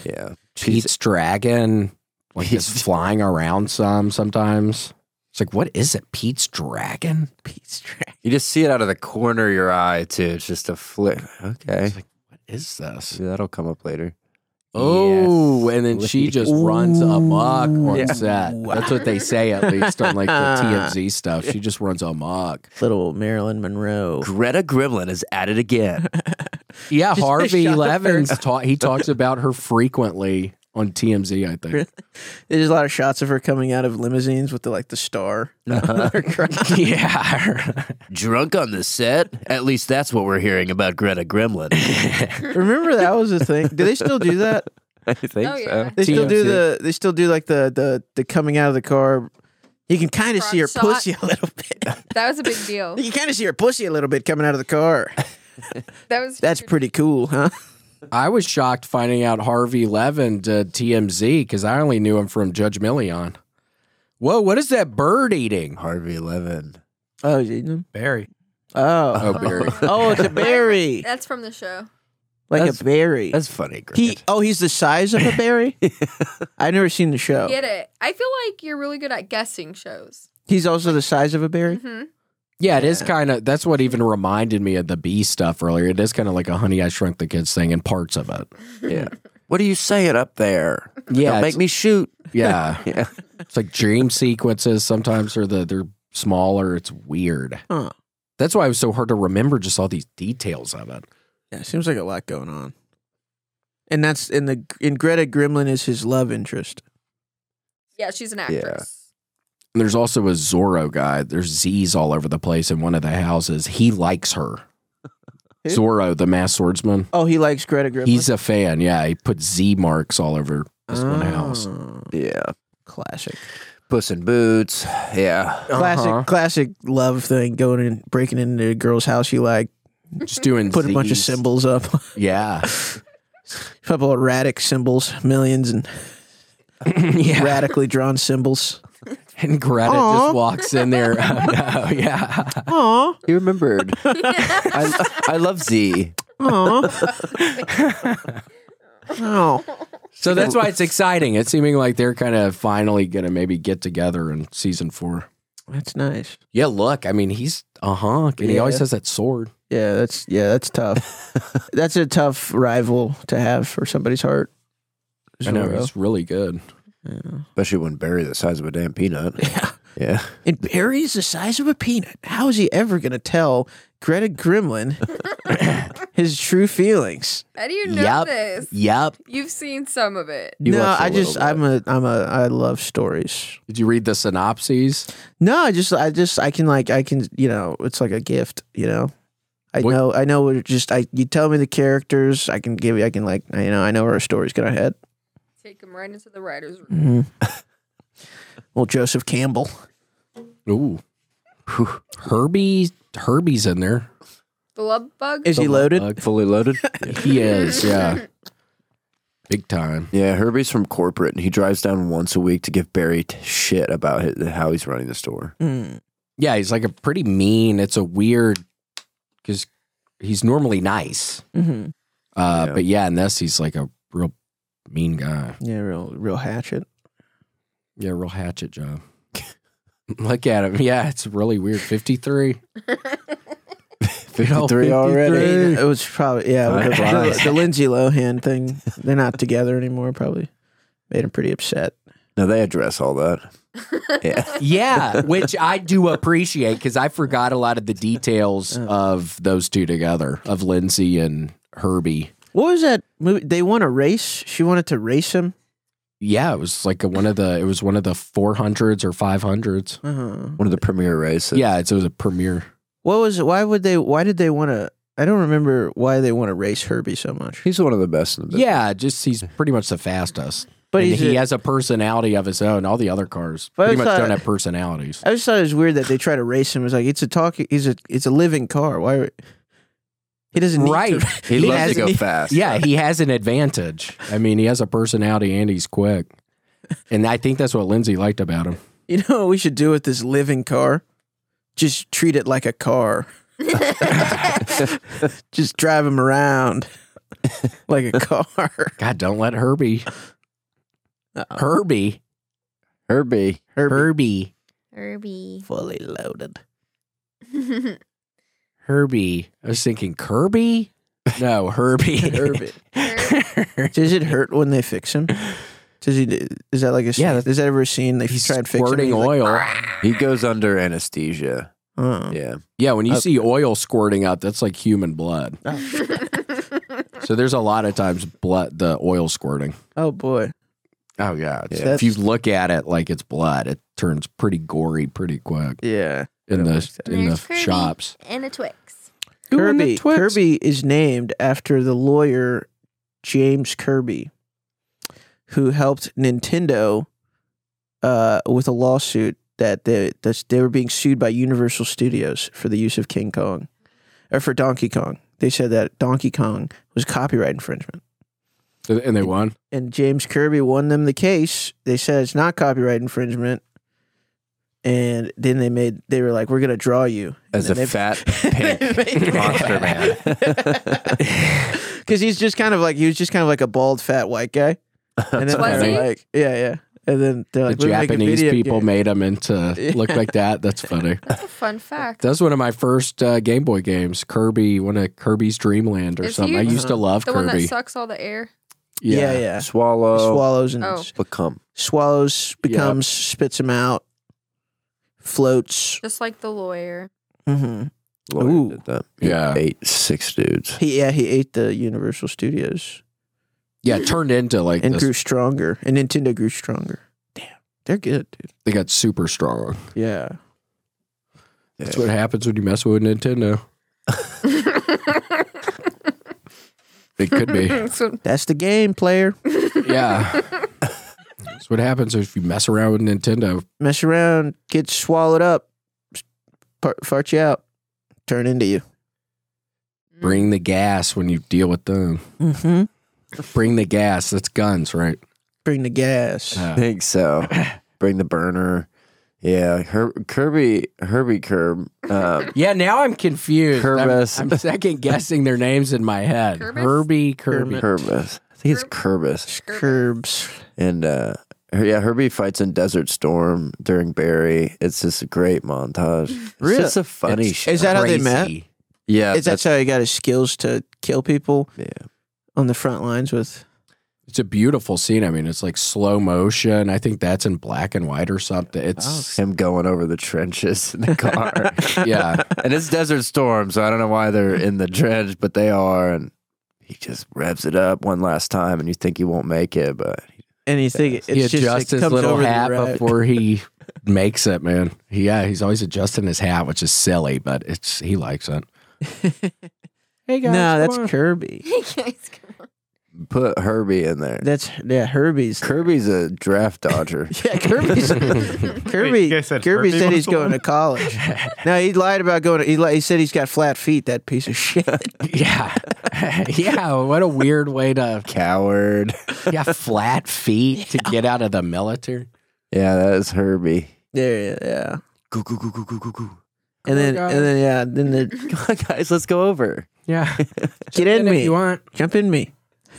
[SPEAKER 5] Yeah.
[SPEAKER 3] Pete's dragon like is
[SPEAKER 5] Pete's-
[SPEAKER 3] flying around some sometimes. It's like, what is it? Pete's dragon?
[SPEAKER 2] Pete's track.
[SPEAKER 5] You just see it out of the corner of your eye too. It's just a flip. Okay.
[SPEAKER 3] It's like, what is this?
[SPEAKER 5] Yeah, that'll come up later.
[SPEAKER 3] Oh, and then she just runs amok on
[SPEAKER 5] Yeah.
[SPEAKER 3] set. That's what they say at least on like the TMZ stuff. She just runs amok.
[SPEAKER 2] Little Marilyn Monroe.
[SPEAKER 5] Greta Gremlin is at it again.
[SPEAKER 3] Yeah,
[SPEAKER 2] Just
[SPEAKER 3] Harvey
[SPEAKER 2] shot her.
[SPEAKER 3] Levins ta- he talks about her frequently on TMZ, I think.
[SPEAKER 2] There's a lot of shots of her coming out of limousines with the like the star. on her crown.
[SPEAKER 3] yeah.
[SPEAKER 5] Drunk on the set? At least that's what we're hearing about Greta Gremlin.
[SPEAKER 2] Remember that was a thing. Do they still do that?
[SPEAKER 5] I think
[SPEAKER 4] Oh, yeah.
[SPEAKER 2] They still do
[SPEAKER 3] TMZ.
[SPEAKER 2] the. They still do like the the the coming out of the car. You can kind of see her
[SPEAKER 4] Front shot.
[SPEAKER 2] pussy a little bit.
[SPEAKER 4] That was a big deal.
[SPEAKER 2] You kind of see her pussy a little bit coming out of the car.
[SPEAKER 4] That was
[SPEAKER 2] That's pretty cool, huh?
[SPEAKER 3] I was shocked finding out Harvey Levin did TMZ because I only knew him from Judge Million. Whoa, what is that bird eating?
[SPEAKER 5] Harvey Levin.
[SPEAKER 2] Oh, he's eating them.
[SPEAKER 7] Barry.
[SPEAKER 2] Oh,
[SPEAKER 3] Oh, Barry.
[SPEAKER 2] oh, it's a berry,
[SPEAKER 4] That's from the show.
[SPEAKER 2] like
[SPEAKER 5] That's-
[SPEAKER 2] a berry.
[SPEAKER 5] That's funny, Grant.
[SPEAKER 2] He, oh, he's the size of a berry. I've never seen the
[SPEAKER 3] Oh.
[SPEAKER 2] show.
[SPEAKER 4] Get it? I feel like you're really good at guessing shows.
[SPEAKER 2] He's also the size of a berry.
[SPEAKER 6] Mm-hmm.
[SPEAKER 4] hmm
[SPEAKER 3] Yeah, it is kind of. That's what even reminded me of the bee stuff earlier. It is kind of like a Honey I Shrunk the Kids thing in parts of it.
[SPEAKER 5] yeah. What are you saying up there?
[SPEAKER 3] Yeah,
[SPEAKER 5] Don't
[SPEAKER 3] it's-
[SPEAKER 5] make me shoot.
[SPEAKER 3] Yeah,
[SPEAKER 5] Yeah.
[SPEAKER 3] it's like dream sequences. Sometimes are the they're smaller. It's weird.
[SPEAKER 2] Huh.
[SPEAKER 3] That's why it was so hard to remember just all these details of it.
[SPEAKER 4] Mm-hmm.
[SPEAKER 2] Yeah, seems like a lot going on. And that's in the in Greta Gremlin is his love interest.
[SPEAKER 4] Yeah, she's an actress.
[SPEAKER 3] And there's also a Zorro guy. There's Z's all over the place in one of the houses. He likes her.
[SPEAKER 2] Who?
[SPEAKER 3] Zorro, the mass swordsman.
[SPEAKER 2] Oh, he likes Greta Gerwig.
[SPEAKER 3] He's a fan. Yeah, he put Z marks all over this one house.
[SPEAKER 2] Oh,
[SPEAKER 5] Yeah.
[SPEAKER 2] Classic.
[SPEAKER 5] Puss in Boots. Yeah.
[SPEAKER 3] Uh-huh.
[SPEAKER 2] Classic classic love thing going and breaking into a girl's house you like,
[SPEAKER 3] Just doing
[SPEAKER 2] put a bunch of
[SPEAKER 3] Zs.
[SPEAKER 2] symbols up.
[SPEAKER 3] Yeah.
[SPEAKER 2] couple erratic symbols, millions and
[SPEAKER 3] yeah.
[SPEAKER 2] radically drawn symbols.
[SPEAKER 3] And Greta
[SPEAKER 2] Aw.
[SPEAKER 3] just walks in there. Oh, no. Yeah.
[SPEAKER 2] Aw.
[SPEAKER 5] You remembered. I, I love Z.
[SPEAKER 2] Aw. oh.
[SPEAKER 3] So that's why it's exciting. It's seeming like they're kind of finally going to maybe get together in season four.
[SPEAKER 2] That's nice.
[SPEAKER 3] Yeah, look, I mean, he's a honk and he always
[SPEAKER 2] Yeah.
[SPEAKER 3] has that sword.
[SPEAKER 2] Yeah, that's yeah, that's tough. that's a tough rival to have for somebody's heart.
[SPEAKER 3] I know,
[SPEAKER 2] Zorro.
[SPEAKER 3] he's really good.
[SPEAKER 2] Yeah.
[SPEAKER 5] Especially when Barry the size of a damn peanut.
[SPEAKER 2] Yeah.
[SPEAKER 5] Yeah.
[SPEAKER 2] And Barry's the size of a peanut. How is he ever going to tell Greta Gremlin his true feelings?
[SPEAKER 6] How do you know
[SPEAKER 3] Yup.
[SPEAKER 6] this?
[SPEAKER 3] Yep.
[SPEAKER 6] You've seen some of it.
[SPEAKER 3] You
[SPEAKER 2] no,
[SPEAKER 3] watched a
[SPEAKER 2] I just
[SPEAKER 3] little
[SPEAKER 2] I'm a I'm a I love stories.
[SPEAKER 3] Did you read the synopses?
[SPEAKER 2] No, I just I just I can like I can you know it's like a gift you know. I
[SPEAKER 3] What-
[SPEAKER 2] know I know what it just I you tell me the characters I can give you I can like I- you know I know where a story's gonna head.
[SPEAKER 6] Take him right into the writer's room.
[SPEAKER 2] Mm-hmm. well, Joseph Campbell.
[SPEAKER 3] Ooh. Whew. Herbie Herbie's in there.
[SPEAKER 6] The love bug?
[SPEAKER 2] Is he
[SPEAKER 3] The
[SPEAKER 2] loaded?
[SPEAKER 3] lug.
[SPEAKER 5] Fully loaded.
[SPEAKER 3] He is, yeah. Big time.
[SPEAKER 5] yeah. Herbie's from corporate and he drives down once a week to give Barry t- shit about his, how he's running the store.
[SPEAKER 2] Mm.
[SPEAKER 3] Yeah, he's like a pretty mean. It's a weird cuz he's normally nice.
[SPEAKER 2] hmm
[SPEAKER 3] Uh
[SPEAKER 5] Yeah.
[SPEAKER 3] but yeah, in this he's like a real mean guy.
[SPEAKER 2] Yeah, real real hatchet.
[SPEAKER 3] Yeah, real hatchet job. Look at him. Yeah, it's really weird. 53. Big old
[SPEAKER 5] 53 already.
[SPEAKER 2] Hey, It was probably yeah.
[SPEAKER 5] Fine.
[SPEAKER 2] the- The,
[SPEAKER 5] Fine.
[SPEAKER 2] the Lindsay Lohan thing. They're not together anymore. Probably made him pretty upset.
[SPEAKER 5] No, they address all that. Yeah.
[SPEAKER 3] Yeah, which I do appreciate because I forgot a lot of the details
[SPEAKER 2] Oh.
[SPEAKER 3] of those two together, of Lindsay and Herbie.
[SPEAKER 2] What was that movie? They won a race. She wanted to race him.
[SPEAKER 3] Yeah, it was like a, one of the it was one of the four hundreds or five hundreds.
[SPEAKER 2] Uh-huh.
[SPEAKER 5] One of the premier races.
[SPEAKER 3] Yeah, it's, it was a premiere.
[SPEAKER 2] What was? Why would they? Why did they want to? I don't remember why they want to race Herbie so much.
[SPEAKER 5] He's one of the best in the business.
[SPEAKER 3] Yeah, just he's pretty much the fastest,
[SPEAKER 2] But
[SPEAKER 3] but
[SPEAKER 2] he's
[SPEAKER 3] he
[SPEAKER 2] a-
[SPEAKER 3] has a personality of his own. All the other cars
[SPEAKER 2] But
[SPEAKER 3] pretty
[SPEAKER 2] it's
[SPEAKER 3] much
[SPEAKER 2] not-
[SPEAKER 3] don't have personalities.
[SPEAKER 2] I just thought it was weird that they try to race him. It's like it's a talk. He's a it's a living car. Why? would- He doesn't need
[SPEAKER 3] Right.
[SPEAKER 2] To,
[SPEAKER 5] He,
[SPEAKER 3] He
[SPEAKER 5] loves
[SPEAKER 3] has
[SPEAKER 5] to go
[SPEAKER 3] me-
[SPEAKER 5] fast.
[SPEAKER 3] Yeah, he has an advantage. I mean, he has a personality and he's quick, and I think that's what Lindsay liked about him.
[SPEAKER 2] you know what we should do with this living car? Just treat it like a car. just drive him around like a car. Uh-uh.
[SPEAKER 3] God, don't let Herbie. Herbie.
[SPEAKER 5] Herbie.
[SPEAKER 2] Herbie.
[SPEAKER 3] Herbie.
[SPEAKER 6] Herbie.
[SPEAKER 2] Fully loaded.
[SPEAKER 3] Herbie. I was thinking Kirby? No, Herbie.
[SPEAKER 2] Herbie. Does it hurt when they fix him? Does he? Is that like a?
[SPEAKER 3] Yeah,
[SPEAKER 2] Yeah,
[SPEAKER 3] that's-
[SPEAKER 2] is that ever a scene they
[SPEAKER 3] He's
[SPEAKER 2] try and fix him? and
[SPEAKER 3] squirting
[SPEAKER 2] he's like,
[SPEAKER 3] oil.
[SPEAKER 5] He goes under anesthesia.
[SPEAKER 2] oh.
[SPEAKER 5] Yeah.
[SPEAKER 3] yeah, when you
[SPEAKER 5] Oh.
[SPEAKER 3] see oil squirting out, that's like human blood. So there's a lot of times blood, the oil squirting.
[SPEAKER 2] Oh boy.
[SPEAKER 3] Oh, yeah.
[SPEAKER 5] Yeah.
[SPEAKER 3] If you look at it like it's blood, it turns pretty gory pretty quick
[SPEAKER 2] Yeah.
[SPEAKER 3] in the, in the
[SPEAKER 6] There's Kirby.
[SPEAKER 3] shops.
[SPEAKER 6] and a Twix.
[SPEAKER 2] Kirby. Kirby is named after the lawyer James Kirby, who helped Nintendo uh, with a lawsuit that they that's, they were being sued by Universal Studios for the use of King Kong, or for Donkey Kong. They said that Donkey Kong was copyright infringement.
[SPEAKER 3] And they won.
[SPEAKER 2] and James Kirby won them the case. They said it's not copyright infringement. And then they made they were like, We're gonna draw you.
[SPEAKER 5] As a
[SPEAKER 2] And then
[SPEAKER 5] fat
[SPEAKER 2] they-
[SPEAKER 5] pink monster man.
[SPEAKER 2] Cause he's just kind of like he was just kind of like a bald fat white guy. And then
[SPEAKER 6] Was
[SPEAKER 2] they're
[SPEAKER 6] he?
[SPEAKER 2] like Yeah, yeah. And then they're like,
[SPEAKER 3] the
[SPEAKER 2] "We're gonna make a
[SPEAKER 3] Japanese
[SPEAKER 2] video
[SPEAKER 3] people
[SPEAKER 2] game."
[SPEAKER 3] made them into look
[SPEAKER 2] Yeah.
[SPEAKER 3] like that. That's funny.
[SPEAKER 6] That's a fun fact.
[SPEAKER 3] That was one of my first uh, Game Boy games, Kirby, one of Kirby's Dreamland or
[SPEAKER 6] Is
[SPEAKER 3] something.
[SPEAKER 6] he-
[SPEAKER 3] I used to love
[SPEAKER 6] the one that
[SPEAKER 3] Kirby.
[SPEAKER 6] sucks all the air.
[SPEAKER 2] Yeah, yeah.
[SPEAKER 5] Swallow.
[SPEAKER 2] Swallows and
[SPEAKER 6] Oh.
[SPEAKER 5] Become.
[SPEAKER 2] swallows
[SPEAKER 3] Yep.
[SPEAKER 2] becomes spits him out, floats.
[SPEAKER 6] Just like the lawyer.
[SPEAKER 2] hmm
[SPEAKER 5] Lawyer
[SPEAKER 2] Ooh.
[SPEAKER 5] did that.
[SPEAKER 3] Yeah.
[SPEAKER 5] Eight, six dudes.
[SPEAKER 2] He yeah, he ate the Universal Studios.
[SPEAKER 3] Yeah, it turned into like
[SPEAKER 2] and
[SPEAKER 3] this.
[SPEAKER 2] grew stronger, and Nintendo grew stronger. They're good, dude.
[SPEAKER 3] They got super strong.
[SPEAKER 2] Yeah.
[SPEAKER 3] That's what happens when you mess with Nintendo. it could be.
[SPEAKER 4] So
[SPEAKER 2] That's the game, player.
[SPEAKER 3] Yeah. That's what happens if you mess around with Nintendo.
[SPEAKER 2] Mess around, get swallowed up, part, fart you out, turn into you.
[SPEAKER 3] Bring the gas when you deal with them.
[SPEAKER 2] Mm-hmm.
[SPEAKER 3] Bring the gas. That's guns, right?
[SPEAKER 2] Bring the gas.
[SPEAKER 5] I think so. Bring the burner. Yeah, Her- Kirby, Herbie Curb. Um,
[SPEAKER 3] Yeah, now I'm confused.
[SPEAKER 5] Kerbis.
[SPEAKER 3] I'm, I'm second guessing their names in my head.
[SPEAKER 4] Kerbis?
[SPEAKER 3] Herbie, Kirby.
[SPEAKER 5] Kerbis. I think it's Kerbis.
[SPEAKER 2] Curbs.
[SPEAKER 5] And uh, her- yeah, Herbie fights in Desert Storm during Barry. It's just a great montage. It's just a funny
[SPEAKER 3] It's-
[SPEAKER 5] show.
[SPEAKER 2] Is that how they met?
[SPEAKER 3] Crazy.
[SPEAKER 5] yeah,
[SPEAKER 2] Is that
[SPEAKER 5] that's-
[SPEAKER 2] how he got his skills to kill people
[SPEAKER 5] yeah.
[SPEAKER 2] on the front lines with?
[SPEAKER 3] It's a beautiful scene. I mean, it's like slow motion. I think that's in black and white or something.
[SPEAKER 2] Oh,
[SPEAKER 3] It's
[SPEAKER 5] him going over the trenches in the car.
[SPEAKER 3] yeah.
[SPEAKER 5] and it's Desert Storm, so I don't know why they're in the trench, but they are. And he just revs it up one last time, and you think he won't make it, but
[SPEAKER 2] And you think it's
[SPEAKER 3] he
[SPEAKER 2] just
[SPEAKER 3] adjusts
[SPEAKER 2] it
[SPEAKER 3] his
[SPEAKER 2] comes
[SPEAKER 3] little
[SPEAKER 2] over the
[SPEAKER 3] hat
[SPEAKER 2] road.
[SPEAKER 3] before he makes it, man. Yeah, he's always adjusting his hat, which is silly, but it's he likes it. hey guys,
[SPEAKER 2] no,
[SPEAKER 3] come
[SPEAKER 2] that's
[SPEAKER 3] on.
[SPEAKER 2] Kirby.
[SPEAKER 6] Guys, come on.
[SPEAKER 5] put Herbie in there.
[SPEAKER 2] That's yeah, Herbie's.
[SPEAKER 5] Kirby's a draft dodger.
[SPEAKER 2] Yeah, Kirby's.
[SPEAKER 7] Wait,
[SPEAKER 2] Kirby.
[SPEAKER 7] you guys said
[SPEAKER 2] Kirby
[SPEAKER 7] Herbie
[SPEAKER 2] said
[SPEAKER 7] was
[SPEAKER 2] he's
[SPEAKER 7] the
[SPEAKER 2] going
[SPEAKER 7] one?
[SPEAKER 2] to college. no, he lied about going. To, he li- he said he's got flat feet. That piece of shit.
[SPEAKER 3] yeah, yeah. What a weird way to
[SPEAKER 5] Coward.
[SPEAKER 3] yeah flat feet to get out of the military.
[SPEAKER 5] Yeah, that is Herbie.
[SPEAKER 2] there, yeah.
[SPEAKER 5] Goo goo goo goo goo goo goo.
[SPEAKER 2] And then,
[SPEAKER 3] guys.
[SPEAKER 2] and then, yeah. Then the
[SPEAKER 5] Come on, guys, let's go over.
[SPEAKER 3] Yeah,
[SPEAKER 2] get in
[SPEAKER 3] and if
[SPEAKER 2] me,
[SPEAKER 3] you want,
[SPEAKER 2] jump in me.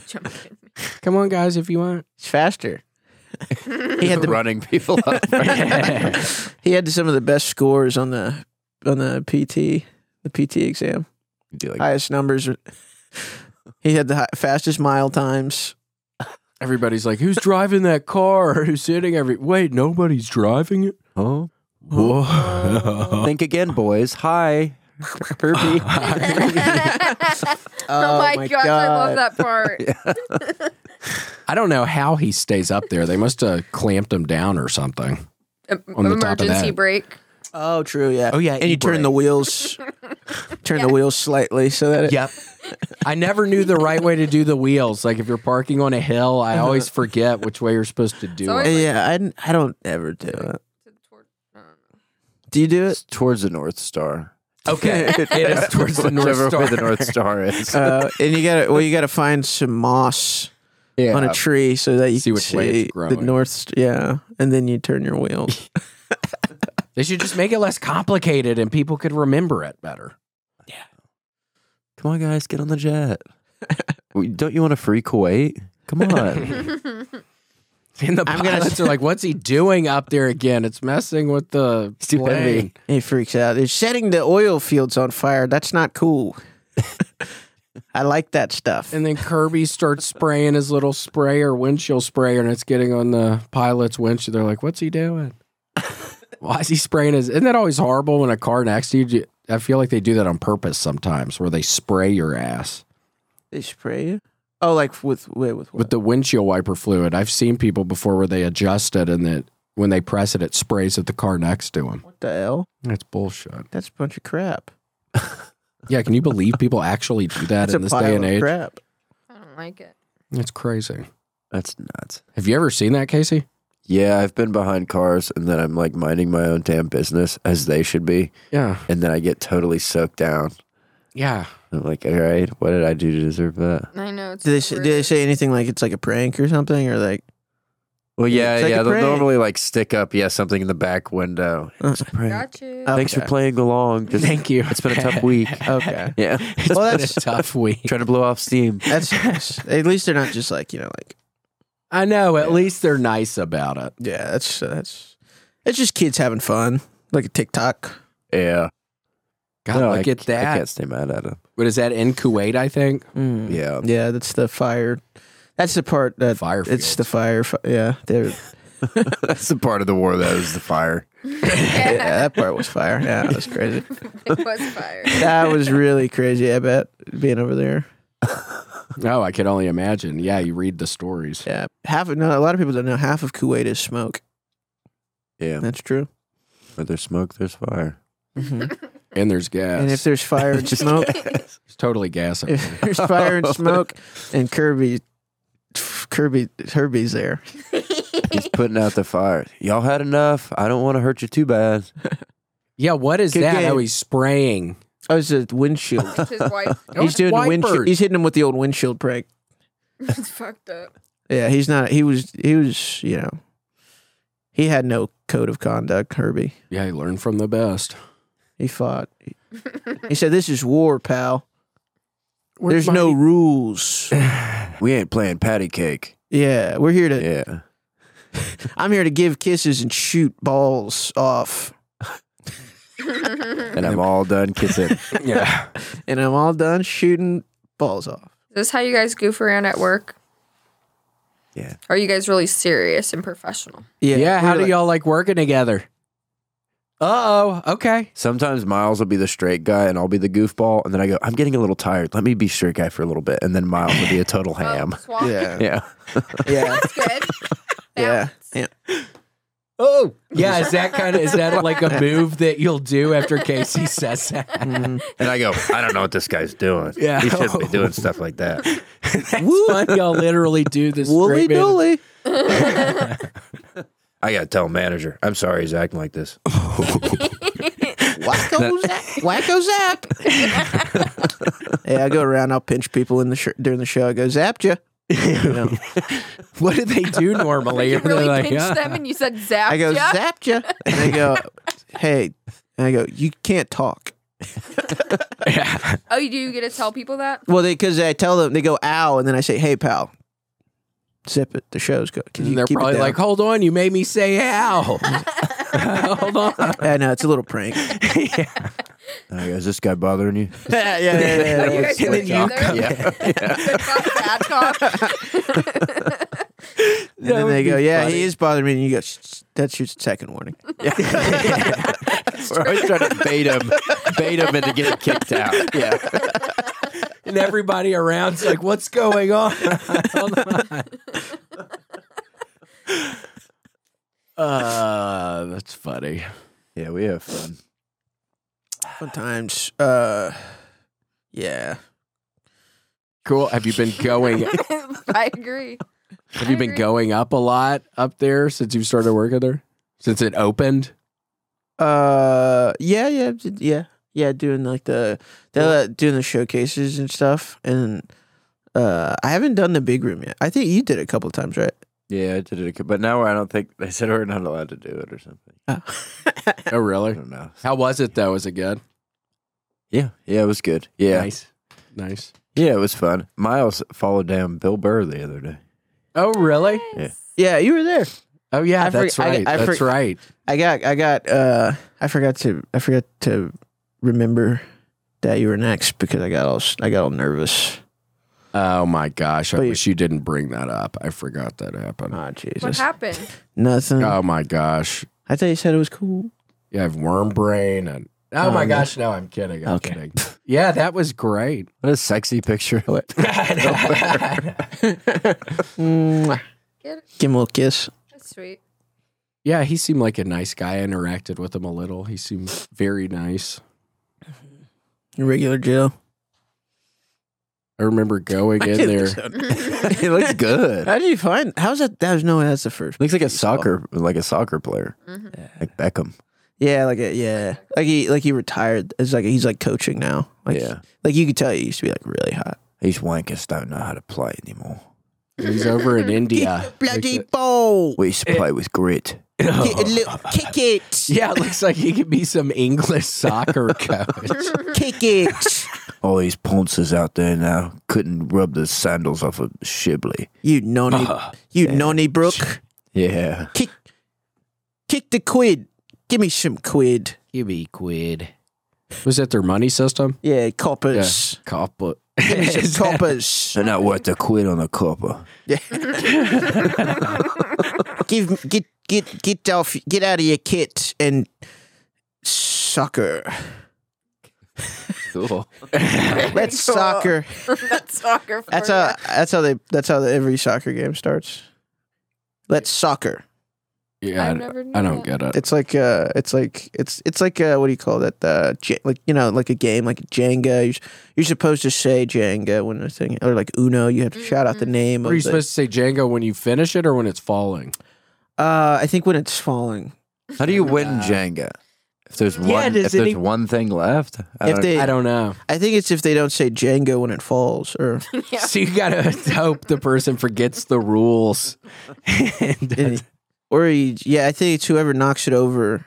[SPEAKER 6] Jump in.
[SPEAKER 3] come on, guys, if you want.
[SPEAKER 2] It's faster. he had the
[SPEAKER 5] running people up.
[SPEAKER 2] he had some of the best scores on the on the PT the PT exam.
[SPEAKER 5] Do like,
[SPEAKER 2] Highest numbers. He had the hi- fastest mile times.
[SPEAKER 3] Everybody's like, "Who's driving that car? Who's sitting every?" Wait, nobody's driving it.
[SPEAKER 5] oh,
[SPEAKER 3] Whoa.
[SPEAKER 5] think again, boys. Hi, Herbie.
[SPEAKER 4] oh my, gosh, I love that part.
[SPEAKER 3] I don't know how he stays up there. They must have clamped him down or something.
[SPEAKER 4] Em-
[SPEAKER 3] On the top of
[SPEAKER 4] Emergency
[SPEAKER 3] that.
[SPEAKER 4] brake.
[SPEAKER 2] Oh, true. Yeah.
[SPEAKER 3] Oh, yeah,
[SPEAKER 2] And you turn
[SPEAKER 3] e-brake.
[SPEAKER 2] the wheels, turn the wheels slightly so that it,
[SPEAKER 3] Yep. I never knew the right way to do the wheels. Like if you're parking on a hill, I always forget which way you're supposed to do
[SPEAKER 4] Sorry.
[SPEAKER 3] it.
[SPEAKER 2] Yeah, I, n- I don't ever do it. Do you do it?
[SPEAKER 5] It's towards the North Star.
[SPEAKER 3] Okay. it is towards the North
[SPEAKER 5] Whichever
[SPEAKER 3] Star.
[SPEAKER 5] way the North Star is.
[SPEAKER 2] Uh, and you gotta well, you gotta find some moss
[SPEAKER 5] yeah.
[SPEAKER 2] on a tree so that you
[SPEAKER 3] See
[SPEAKER 2] can
[SPEAKER 3] which way it's
[SPEAKER 2] see the
[SPEAKER 3] growing.
[SPEAKER 2] north. st- Yeah, and then you turn your wheels.
[SPEAKER 3] They should just make it less complicated and people could remember it better.
[SPEAKER 5] Come on, guys, get on the jet. Wait, Don't you want a free Kuwait? Come on.
[SPEAKER 3] And the
[SPEAKER 2] I'm gonna-
[SPEAKER 3] pilots are like, what's he doing up there again? It's messing with the
[SPEAKER 5] too heavy.
[SPEAKER 3] plane.
[SPEAKER 2] he freaks out. They're setting the oil fields on fire. That's not cool. I like that stuff.
[SPEAKER 3] And then Kirby starts spraying his little sprayer, windshield sprayer, and it's getting on the pilot's windshield. They're like, what's he doing? Why is he spraying his? Isn't that always horrible when a car next to you? do- I feel like they do that on purpose sometimes where they spray your ass
[SPEAKER 2] they spray you. Oh, like with wait with what?
[SPEAKER 3] with the windshield wiper fluid. I've seen people before where they adjust it and that when they press it, it sprays at the car next to them.
[SPEAKER 2] what the hell?
[SPEAKER 3] That's bullshit.
[SPEAKER 2] That's a bunch of crap.
[SPEAKER 3] Yeah, can you believe people actually do that
[SPEAKER 2] That's a
[SPEAKER 3] in this
[SPEAKER 2] pile
[SPEAKER 3] day and
[SPEAKER 2] of
[SPEAKER 3] age?
[SPEAKER 2] crap.
[SPEAKER 4] I don't like it.
[SPEAKER 3] It's crazy.
[SPEAKER 5] That's nuts.
[SPEAKER 3] Have you ever seen that, Casey?
[SPEAKER 5] Yeah, I've been behind cars and then I'm like minding my own damn business as they should be.
[SPEAKER 3] Yeah.
[SPEAKER 5] And then I get totally soaked down.
[SPEAKER 3] Yeah.
[SPEAKER 5] I'm like, all right, what did I do to deserve that?
[SPEAKER 4] I know. It's
[SPEAKER 2] Do they say, do they say anything like it's like a prank or something or like
[SPEAKER 5] Well,
[SPEAKER 2] Yeah,
[SPEAKER 5] yeah,
[SPEAKER 2] it's like
[SPEAKER 5] yeah.
[SPEAKER 2] a
[SPEAKER 5] They'll
[SPEAKER 2] prank.
[SPEAKER 5] normally like stick up, yeah, something in the back window.
[SPEAKER 2] Uh,
[SPEAKER 5] It's a prank.
[SPEAKER 4] Got you.
[SPEAKER 2] Uh,
[SPEAKER 5] Thanks for
[SPEAKER 2] Okay.
[SPEAKER 5] playing along. Just-
[SPEAKER 3] Thank you.
[SPEAKER 5] It's been a tough week.
[SPEAKER 2] okay?
[SPEAKER 5] yeah.
[SPEAKER 2] well,
[SPEAKER 3] It's been
[SPEAKER 2] that's
[SPEAKER 3] a tough week.
[SPEAKER 5] Trying to blow off steam.
[SPEAKER 2] that's nice. at least they're not just like you know like
[SPEAKER 3] I know. At least they're nice about it.
[SPEAKER 2] yeah that's that's it's just kids having fun like a TikTok.
[SPEAKER 5] Yeah.
[SPEAKER 3] God,
[SPEAKER 5] No,
[SPEAKER 3] look
[SPEAKER 5] I,
[SPEAKER 3] at
[SPEAKER 5] c- I
[SPEAKER 3] that.
[SPEAKER 5] can't stay mad at him.
[SPEAKER 3] What is that in Kuwait? I think.
[SPEAKER 2] Mm.
[SPEAKER 5] Yeah.
[SPEAKER 2] Yeah, that's the fire. That's the part that
[SPEAKER 3] Fire
[SPEAKER 2] It's
[SPEAKER 3] fields.
[SPEAKER 2] the fire. Fi- yeah, there.
[SPEAKER 5] That's the part of the war that was the fire.
[SPEAKER 2] yeah, that part was fire. Yeah, that was crazy.
[SPEAKER 4] It was fire.
[SPEAKER 2] That was really crazy. I bet being over there.
[SPEAKER 3] Oh, I could only imagine. Yeah, you read the stories.
[SPEAKER 2] Yeah, half. No, a lot of people don't know half of Kuwait is smoke.
[SPEAKER 5] Yeah.
[SPEAKER 2] That's true.
[SPEAKER 5] Where there's smoke, there's fire.
[SPEAKER 3] Mm-hmm. And there's gas.
[SPEAKER 2] And if there's fire and
[SPEAKER 5] Just
[SPEAKER 2] smoke,
[SPEAKER 5] gas.
[SPEAKER 3] It's totally gas. up there.
[SPEAKER 2] if there's fire and smoke, and Kirby, Kirby, Kirby's there.
[SPEAKER 5] He's putting out the fire. Y'all had enough. I don't want to hurt you too bad.
[SPEAKER 3] yeah, what is
[SPEAKER 2] Good
[SPEAKER 3] that?
[SPEAKER 2] game.
[SPEAKER 3] Oh, he's spraying.
[SPEAKER 2] Oh, it's a windshield.
[SPEAKER 6] It's his wife.
[SPEAKER 2] he's doing windshield.
[SPEAKER 3] wipers.
[SPEAKER 2] He's hitting him with the old windshield prank.
[SPEAKER 6] It's fucked up.
[SPEAKER 2] Yeah, he's not. He was. He was. You know, he had no code of conduct. Kirby.
[SPEAKER 3] Yeah, he learned from the best.
[SPEAKER 2] He fought. He, he said, "This is war, pal.
[SPEAKER 3] Where's
[SPEAKER 2] There's no
[SPEAKER 3] my-
[SPEAKER 2] rules.
[SPEAKER 5] We ain't playing patty cake.
[SPEAKER 2] yeah, we're here to.
[SPEAKER 5] Yeah.
[SPEAKER 2] I'm here to give kisses and shoot balls off.
[SPEAKER 5] And I'm all done kissing.
[SPEAKER 3] Yeah.
[SPEAKER 2] And I'm all done shooting balls off.
[SPEAKER 6] Is this how you guys goof around at work?
[SPEAKER 5] Yeah.
[SPEAKER 6] Are you guys really serious and professional?
[SPEAKER 2] Yeah. we
[SPEAKER 3] Yeah, how
[SPEAKER 2] were
[SPEAKER 3] do
[SPEAKER 2] like-
[SPEAKER 3] y'all like working together? Uh oh, okay.
[SPEAKER 5] Sometimes Miles will be the straight guy and I'll be the goofball. And then I go, I'm getting a little tired. Let me be straight guy for a little bit. And then Miles will be a total ham.
[SPEAKER 6] Oh, swap.
[SPEAKER 2] Yeah.
[SPEAKER 5] Yeah.
[SPEAKER 2] Yeah.
[SPEAKER 6] That's good.
[SPEAKER 2] Yeah.
[SPEAKER 6] Balance.
[SPEAKER 2] Yeah.
[SPEAKER 3] Oh, yeah. Is that kind of is that like a move that you'll do after Casey says that?
[SPEAKER 2] Mhm.
[SPEAKER 5] And I go, I don't know what this guy's doing.
[SPEAKER 3] Yeah.
[SPEAKER 5] He shouldn't be doing stuff like that.
[SPEAKER 3] That's fun. Y'all literally do this.
[SPEAKER 2] Wooly
[SPEAKER 3] straight man-
[SPEAKER 2] doly.
[SPEAKER 5] I got to tell manager, I'm sorry he's acting like this.
[SPEAKER 2] Wacko zap. Wacko zap. yeah, I go around. I'll pinch people in the sh- during the show. I go, zapped you. know,
[SPEAKER 3] What do they do normally?
[SPEAKER 6] You
[SPEAKER 3] They're
[SPEAKER 6] really
[SPEAKER 3] like,
[SPEAKER 6] pinched
[SPEAKER 3] "Ah."
[SPEAKER 6] them and you said Oh, zap.
[SPEAKER 2] I go,
[SPEAKER 6] ya?
[SPEAKER 2] zapped you. And they go, hey. And I go, you can't talk.
[SPEAKER 6] Oh, you do you get to tell people that?
[SPEAKER 2] Well, they because I tell them they go ow, and then I say, "Hey, pal, zip it." The show's good.
[SPEAKER 3] And they're probably like, "Hold on, you made me say ow." Hold on.
[SPEAKER 2] "I know it's a little prank."
[SPEAKER 5] And I go, is this guy bothering you?
[SPEAKER 2] yeah, yeah, yeah. yeah,
[SPEAKER 6] you
[SPEAKER 2] yeah.
[SPEAKER 6] guys do it
[SPEAKER 3] Yeah.
[SPEAKER 6] together?
[SPEAKER 5] yeah.
[SPEAKER 6] Fuck bad cop.
[SPEAKER 2] And then they go, "Yeah, he is bothering me." And you go, "Shh, shh, "That's your second warning."
[SPEAKER 5] We're always trying to bait him, bait him into getting kicked out. Yeah.
[SPEAKER 3] And everybody around's like, "What's going on?" Hold on. Uh, that's funny.
[SPEAKER 5] Yeah, we have fun.
[SPEAKER 2] Sometimes, uh, yeah,
[SPEAKER 3] Cool. Have you been going?
[SPEAKER 6] I agree.
[SPEAKER 3] Oh, Have you been
[SPEAKER 6] agree.
[SPEAKER 3] going up a lot up there since you've started working there? Since it opened?
[SPEAKER 2] uh, yeah, yeah, d- yeah, yeah. Doing like the they're uh, doing the showcases and stuff, and uh, I haven't done the big room yet. I think you did it a couple times, right?
[SPEAKER 5] Yeah, I did it, but now I don't think they said we're not allowed to do it or something.
[SPEAKER 3] Oh,
[SPEAKER 5] I
[SPEAKER 3] really?
[SPEAKER 5] don't know.
[SPEAKER 3] How was it though? Was it good?
[SPEAKER 5] Yeah, yeah, it was good. Yeah,
[SPEAKER 3] Nice. Nice.
[SPEAKER 5] yeah, it was fun. Miles followed down Bill Burr the other day.
[SPEAKER 3] Oh, really?
[SPEAKER 2] Yeah, you were there.
[SPEAKER 3] Oh, yeah.
[SPEAKER 2] I
[SPEAKER 3] that's
[SPEAKER 2] forg- I-
[SPEAKER 3] right.
[SPEAKER 2] I
[SPEAKER 3] that's
[SPEAKER 2] forg-
[SPEAKER 3] right.
[SPEAKER 2] I got I got uh I forgot to I forgot to remember that you were next because I got all s- I got all nervous.
[SPEAKER 3] Oh my gosh! I
[SPEAKER 2] But you-
[SPEAKER 3] wish you didn't bring that up. I forgot that happened.
[SPEAKER 2] Ah
[SPEAKER 6] What
[SPEAKER 2] Jesus.
[SPEAKER 6] happened?
[SPEAKER 2] Nothing.
[SPEAKER 3] Oh my gosh!
[SPEAKER 2] I thought you said it was cool.
[SPEAKER 3] You have worm brain and. Oh
[SPEAKER 2] Oh,
[SPEAKER 3] my
[SPEAKER 2] no.
[SPEAKER 3] gosh! No, I'm kidding. I'm
[SPEAKER 2] Okay.
[SPEAKER 3] kidding. Yeah, that was great.
[SPEAKER 5] What a sexy picture! of it.
[SPEAKER 2] Mwah.
[SPEAKER 6] Get it?
[SPEAKER 2] Give him a little kiss.
[SPEAKER 6] That's sweet.
[SPEAKER 3] yeah, he seemed like a nice guy. I interacted with him a little. He seemed very nice.
[SPEAKER 2] Regular Joe.
[SPEAKER 3] I remember going in there.
[SPEAKER 5] it looks good.
[SPEAKER 2] How did you find? How's that? That was no way. That's the first.
[SPEAKER 5] Looks like a
[SPEAKER 2] you saw.
[SPEAKER 5] soccer, like a soccer player,
[SPEAKER 2] Mm-hmm.
[SPEAKER 5] like Beckham.
[SPEAKER 2] Yeah, like a, yeah, like he like he retired. It's like he's like coaching now. Like,
[SPEAKER 5] Yeah.
[SPEAKER 2] like you could tell he used to be like really hot.
[SPEAKER 5] He's wankus. Don't know how to play anymore.
[SPEAKER 3] He's over in India.
[SPEAKER 2] Bloody ball!
[SPEAKER 5] We used to play with grit.
[SPEAKER 2] Kick it, look, kick it,
[SPEAKER 3] Oh. Yeah, it looks like he could be some English soccer coach.
[SPEAKER 2] kick it.
[SPEAKER 5] All these ponces out there now couldn't rub the sandals off of Shibley.
[SPEAKER 2] You nonny, you nonny Brook.
[SPEAKER 5] Yeah.
[SPEAKER 2] Kick, kick the quid. Give me some quid.
[SPEAKER 3] You be quid. Was that their money system?
[SPEAKER 2] Yeah, coppers.
[SPEAKER 3] Cop.
[SPEAKER 2] Give me some coppers.
[SPEAKER 5] They're not worth a quid on a copper.
[SPEAKER 2] Give get get get off. Get out of your kit and soccer.
[SPEAKER 5] Cool.
[SPEAKER 2] That's soccer.
[SPEAKER 6] That's soccer. For
[SPEAKER 2] That's
[SPEAKER 6] ya.
[SPEAKER 2] how that's how they that's how every soccer game starts. Let's soccer.
[SPEAKER 3] Yeah, I,
[SPEAKER 6] I've never known
[SPEAKER 3] I don't
[SPEAKER 6] that.
[SPEAKER 3] get it.
[SPEAKER 2] It's like uh, it's like it's it's like uh, what do you call that? Uh, J- like you know, like a game, like Jenga. You're, you're supposed to say Jenga when the thing, or like Uno. You have to shout out the name.
[SPEAKER 3] Mm-hmm. Are you
[SPEAKER 2] Of the,
[SPEAKER 3] supposed to say Django when you finish it or when it's falling?
[SPEAKER 2] uh, I think when it's falling.
[SPEAKER 5] How do you win Jenga? If there's
[SPEAKER 2] Yeah,
[SPEAKER 5] one,
[SPEAKER 2] does
[SPEAKER 5] if there's
[SPEAKER 2] any-
[SPEAKER 5] one thing left, I
[SPEAKER 2] If
[SPEAKER 5] don't-
[SPEAKER 2] they-
[SPEAKER 3] I don't know.
[SPEAKER 2] I think it's if they don't say Jenga when it falls, or
[SPEAKER 3] So you gotta hope the person forgets the rules.
[SPEAKER 2] and- or you, yeah, I think it's whoever knocks it over.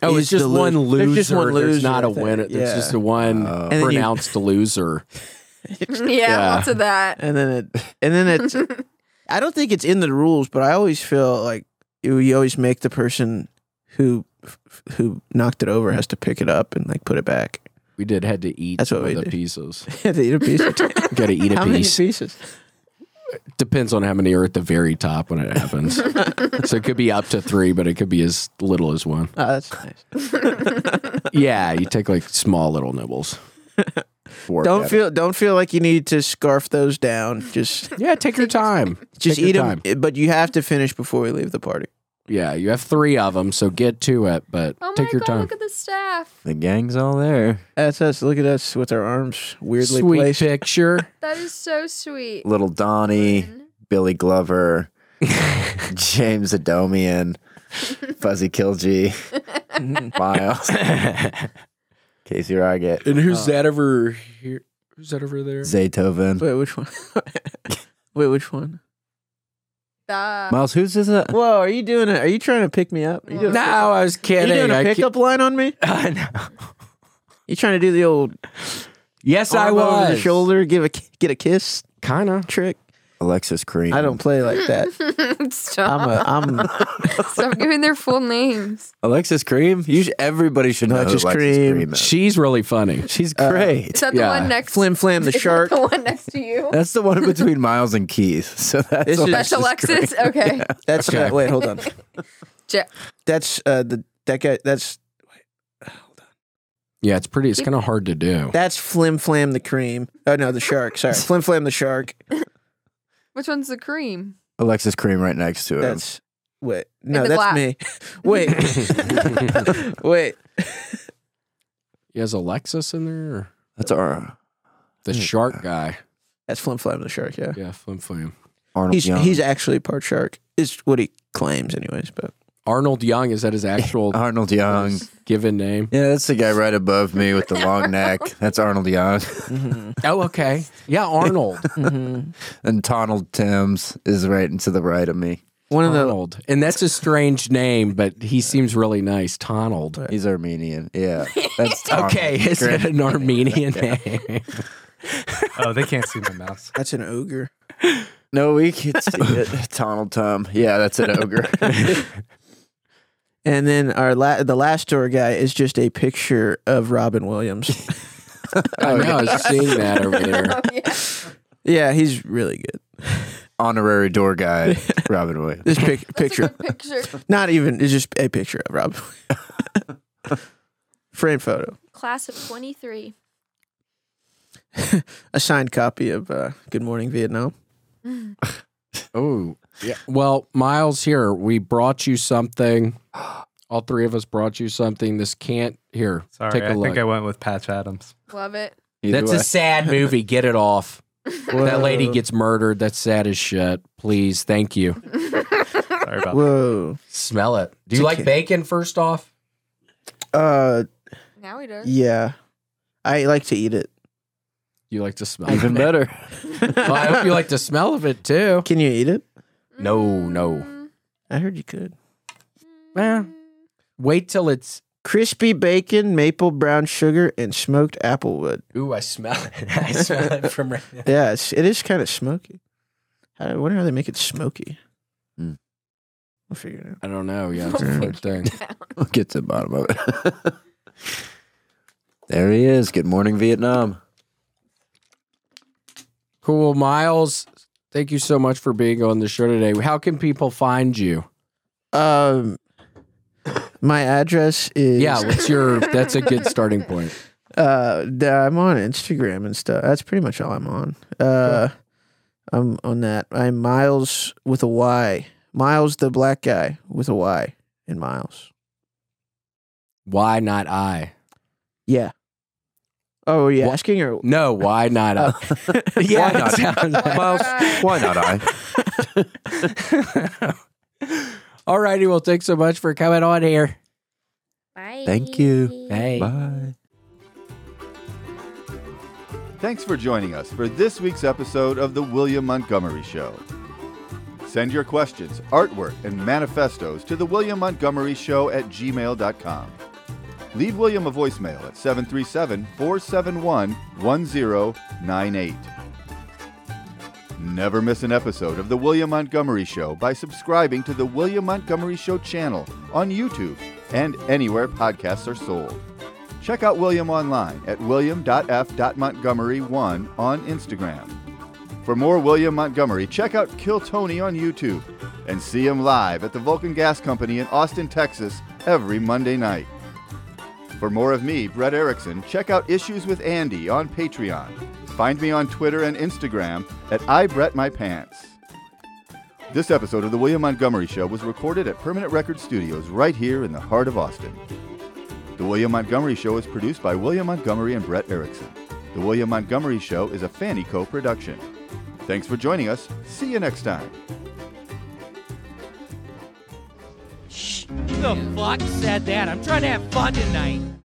[SPEAKER 3] oh,
[SPEAKER 2] is
[SPEAKER 3] it's just
[SPEAKER 2] the
[SPEAKER 3] one
[SPEAKER 2] lo-
[SPEAKER 3] loser.
[SPEAKER 2] There's just one loser.
[SPEAKER 3] There's not
[SPEAKER 2] I
[SPEAKER 3] a
[SPEAKER 2] think.
[SPEAKER 3] winner. There's
[SPEAKER 2] Yeah.
[SPEAKER 3] just a one
[SPEAKER 5] Oh. And
[SPEAKER 2] then you-
[SPEAKER 3] pronounced loser.
[SPEAKER 6] yeah, lots of that.
[SPEAKER 2] and then it and then it's i don't think it's in the rules but i always feel like you, you always make the person who who knocked it over has to pick it up and like put it back
[SPEAKER 3] We did had to eat
[SPEAKER 2] That's
[SPEAKER 3] That's
[SPEAKER 2] what
[SPEAKER 3] some
[SPEAKER 2] we
[SPEAKER 3] of the
[SPEAKER 2] did.
[SPEAKER 3] pieces.
[SPEAKER 2] they eat a piece of t-
[SPEAKER 3] gotta eat a
[SPEAKER 2] how many
[SPEAKER 3] piece.
[SPEAKER 2] pieces
[SPEAKER 3] Depends on how many are at the very top when it happens. so it could be up to three, but it could be as little as one.
[SPEAKER 2] oh that's nice
[SPEAKER 3] Yeah, you take like small little nibbles.
[SPEAKER 5] four
[SPEAKER 2] don't
[SPEAKER 5] better.
[SPEAKER 2] feel don't feel like you need to scarf those down just
[SPEAKER 3] Yeah, take your time.
[SPEAKER 2] just
[SPEAKER 3] Take your
[SPEAKER 2] eat them
[SPEAKER 3] time.
[SPEAKER 2] but you have to finish before we leave the party
[SPEAKER 3] Yeah, you have three of them, so get to it. But
[SPEAKER 6] Oh my
[SPEAKER 3] take your
[SPEAKER 6] god,
[SPEAKER 3] time.
[SPEAKER 6] look at the staff.
[SPEAKER 5] the gang's all there.
[SPEAKER 2] that's us look at us with our arms weirdly
[SPEAKER 3] Sweet
[SPEAKER 2] placed
[SPEAKER 3] picture.
[SPEAKER 6] That is so sweet.
[SPEAKER 5] Little Donnie, Billy Glover, James Adomian, Fuzzy Kilgee, Miles, Casey Roggett,
[SPEAKER 3] And who's that over here? Who's that over there?
[SPEAKER 5] Zaytoven.
[SPEAKER 2] wait which one wait which one
[SPEAKER 6] That-
[SPEAKER 5] Miles, who's uh, is it?
[SPEAKER 2] whoa are you doing it are you trying to pick me up Are you doing-
[SPEAKER 3] No, I was
[SPEAKER 2] Are
[SPEAKER 3] kidding.
[SPEAKER 2] you doing a
[SPEAKER 3] I ki-
[SPEAKER 2] pickup line on me?
[SPEAKER 3] I know.
[SPEAKER 2] You trying to do the old
[SPEAKER 3] Yes, I
[SPEAKER 2] arm
[SPEAKER 3] was.
[SPEAKER 2] over the shoulder, give a ki- get a kiss
[SPEAKER 3] Kind of.
[SPEAKER 2] trick?
[SPEAKER 5] Alexis Cream.
[SPEAKER 2] I don't play like that.
[SPEAKER 6] Stop.
[SPEAKER 2] I'm a I'm
[SPEAKER 6] Stop giving their full names.
[SPEAKER 5] Alexis Cream. You sh- everybody should know
[SPEAKER 2] Alexis
[SPEAKER 5] Alexis, Alexis
[SPEAKER 2] Cream.
[SPEAKER 5] Cream. is. Uh,
[SPEAKER 3] She's really funny.
[SPEAKER 5] She's great.
[SPEAKER 6] Is that the
[SPEAKER 3] Yeah.
[SPEAKER 6] one next?
[SPEAKER 2] flim flam the
[SPEAKER 6] is that
[SPEAKER 2] shark.
[SPEAKER 6] The one next to you.
[SPEAKER 5] that's the one between Miles and Keith. So that's
[SPEAKER 2] This is-
[SPEAKER 6] That's
[SPEAKER 5] Alexis Cream.
[SPEAKER 6] Alexis. Okay.
[SPEAKER 2] That's
[SPEAKER 3] Okay.
[SPEAKER 2] uh, wait, hold on.
[SPEAKER 6] Ja-
[SPEAKER 2] That's uh the that guy that's
[SPEAKER 3] Yeah, it's pretty. It's kind of hard to do.
[SPEAKER 2] that's flim flam the cream. Oh no, the shark. Sorry. Flim flam the shark.
[SPEAKER 6] Which one's the cream?
[SPEAKER 5] Alexis Cream right next to him.
[SPEAKER 2] That's wait. No,
[SPEAKER 6] the
[SPEAKER 2] that's
[SPEAKER 6] glass.
[SPEAKER 2] me. Wait. wait.
[SPEAKER 3] He has Alexis in there. Or?
[SPEAKER 5] That's our
[SPEAKER 3] The shark guy.
[SPEAKER 2] That's flim flam the shark, yeah.
[SPEAKER 3] Yeah, flim flam.
[SPEAKER 5] Arnold
[SPEAKER 2] He's
[SPEAKER 5] Young.
[SPEAKER 2] he's actually part shark. Is what he claims anyways, but
[SPEAKER 3] Arnold Young is that his actual
[SPEAKER 5] Arnold Young.
[SPEAKER 3] given name?
[SPEAKER 5] Yeah, that's the guy right above me with the long neck. That's Arnold Young.
[SPEAKER 2] Mm-hmm.
[SPEAKER 3] Oh, okay. Yeah, Arnold.
[SPEAKER 5] And Donald Timms is right and to the right of me.
[SPEAKER 2] one of the
[SPEAKER 3] Arnold, and that's a strange name, but he seems really nice. Tonald.
[SPEAKER 5] He's Armenian. Yeah. That's Donald.
[SPEAKER 3] Okay, is
[SPEAKER 5] Great.
[SPEAKER 3] it an Armenian name?
[SPEAKER 7] Oh, they can't see my mouse.
[SPEAKER 2] that's an ogre.
[SPEAKER 5] No, we can see it. Donald Tom. Yeah, that's an ogre.
[SPEAKER 2] And then our la- the last tour guy is just a picture of Robin Williams.
[SPEAKER 3] I know. I was seeing that over
[SPEAKER 6] Oh,
[SPEAKER 3] there.
[SPEAKER 2] yeah, he's really good.
[SPEAKER 5] Honorary door guy, Robin Williams.
[SPEAKER 2] This pic- picture,
[SPEAKER 6] Picture
[SPEAKER 2] not even, it's just a picture of Robin. Williams. Frame photo,
[SPEAKER 6] class of twenty three.
[SPEAKER 2] a signed copy of uh, Good Morning Vietnam.
[SPEAKER 3] Oh, yeah. Well, Miles, here we brought you something. All three of us brought you something. This can't here.
[SPEAKER 7] Sorry,
[SPEAKER 3] take a
[SPEAKER 7] I
[SPEAKER 3] look.
[SPEAKER 7] think I went with Patch Adams.
[SPEAKER 6] Love it.
[SPEAKER 5] Either
[SPEAKER 3] That's
[SPEAKER 5] way.
[SPEAKER 3] a sad movie. Get it off. That lady
[SPEAKER 2] Whoa.
[SPEAKER 3] gets murdered. That's sad as shit. Please, thank you.
[SPEAKER 7] Sorry about
[SPEAKER 2] Whoa.
[SPEAKER 3] Smell it. Do you like bacon? First off,
[SPEAKER 2] Uh,
[SPEAKER 6] Now he does.
[SPEAKER 2] yeah, I like to eat it.
[SPEAKER 3] you like to smell.
[SPEAKER 5] even
[SPEAKER 3] it.
[SPEAKER 5] better.
[SPEAKER 3] Well, I hope you like the smell of it too.
[SPEAKER 2] Can you eat it?
[SPEAKER 3] No, no.
[SPEAKER 2] I heard you could.
[SPEAKER 3] Eh, wait till it's.
[SPEAKER 2] Crispy bacon, maple brown sugar, and smoked applewood.
[SPEAKER 3] Ooh, I smell it. I smell it from right now.
[SPEAKER 2] Yeah, it's, it is kind of smoky. I wonder how they make it smoky.
[SPEAKER 5] Hmm.
[SPEAKER 2] We'll figure it out.
[SPEAKER 3] I don't know. Yeah, it's a weird thing.
[SPEAKER 5] We'll get to the bottom of it. there he is. Good morning, Vietnam.
[SPEAKER 3] Cool, Miles. Thank you so much for being on the show today. How can people find you?
[SPEAKER 2] Um, my address is
[SPEAKER 3] Yeah, what's your? That's a good starting point.
[SPEAKER 2] Uh, th- I'm on Instagram and stuff. That's pretty much all I'm on. Uh, I'm on that. I'm Miles with a Y. Miles the black guy with a Y in Miles.
[SPEAKER 3] Why not I?
[SPEAKER 2] Yeah. Oh, yeah.
[SPEAKER 3] Wha-
[SPEAKER 2] Asking or
[SPEAKER 3] No, why not I?
[SPEAKER 2] yeah,
[SPEAKER 3] why not
[SPEAKER 6] Mm.
[SPEAKER 3] I?
[SPEAKER 5] Miles, why not I?
[SPEAKER 3] All righty. Well, thanks so much for coming on here.
[SPEAKER 6] Bye.
[SPEAKER 5] Thank you.
[SPEAKER 3] Hey.
[SPEAKER 5] Bye.
[SPEAKER 1] Thanks for joining us for this week's episode of The William Montgomery Show. Send your questions, artwork, and manifestos to The William Montgomery Show at gmail.com. Leave William a voicemail at 737 471 1098. Never miss an episode of The William Montgomery Show by subscribing to The William Montgomery Show channel on YouTube and anywhere podcasts are sold. Check out William online at william.f.montgomery1 on Instagram. For more William Montgomery, check out Kill Tony on YouTube and see him live at the Vulcan Gas Company in Austin, Texas every Monday night. For more of me, Brett Erickson, check out Issues with Andy on Patreon. Find me on Twitter and Instagram at iBrettMyPants. This episode of The William Montgomery Show was recorded at Permanent Record Studios right here in the heart of Austin. The William Montgomery Show is produced by William Montgomery and Brett Erickson. The William Montgomery Show is a Fanny Co production. Thanks for joining us. See you next time.
[SPEAKER 8] Who the fuck said that? I'm trying to have fun tonight.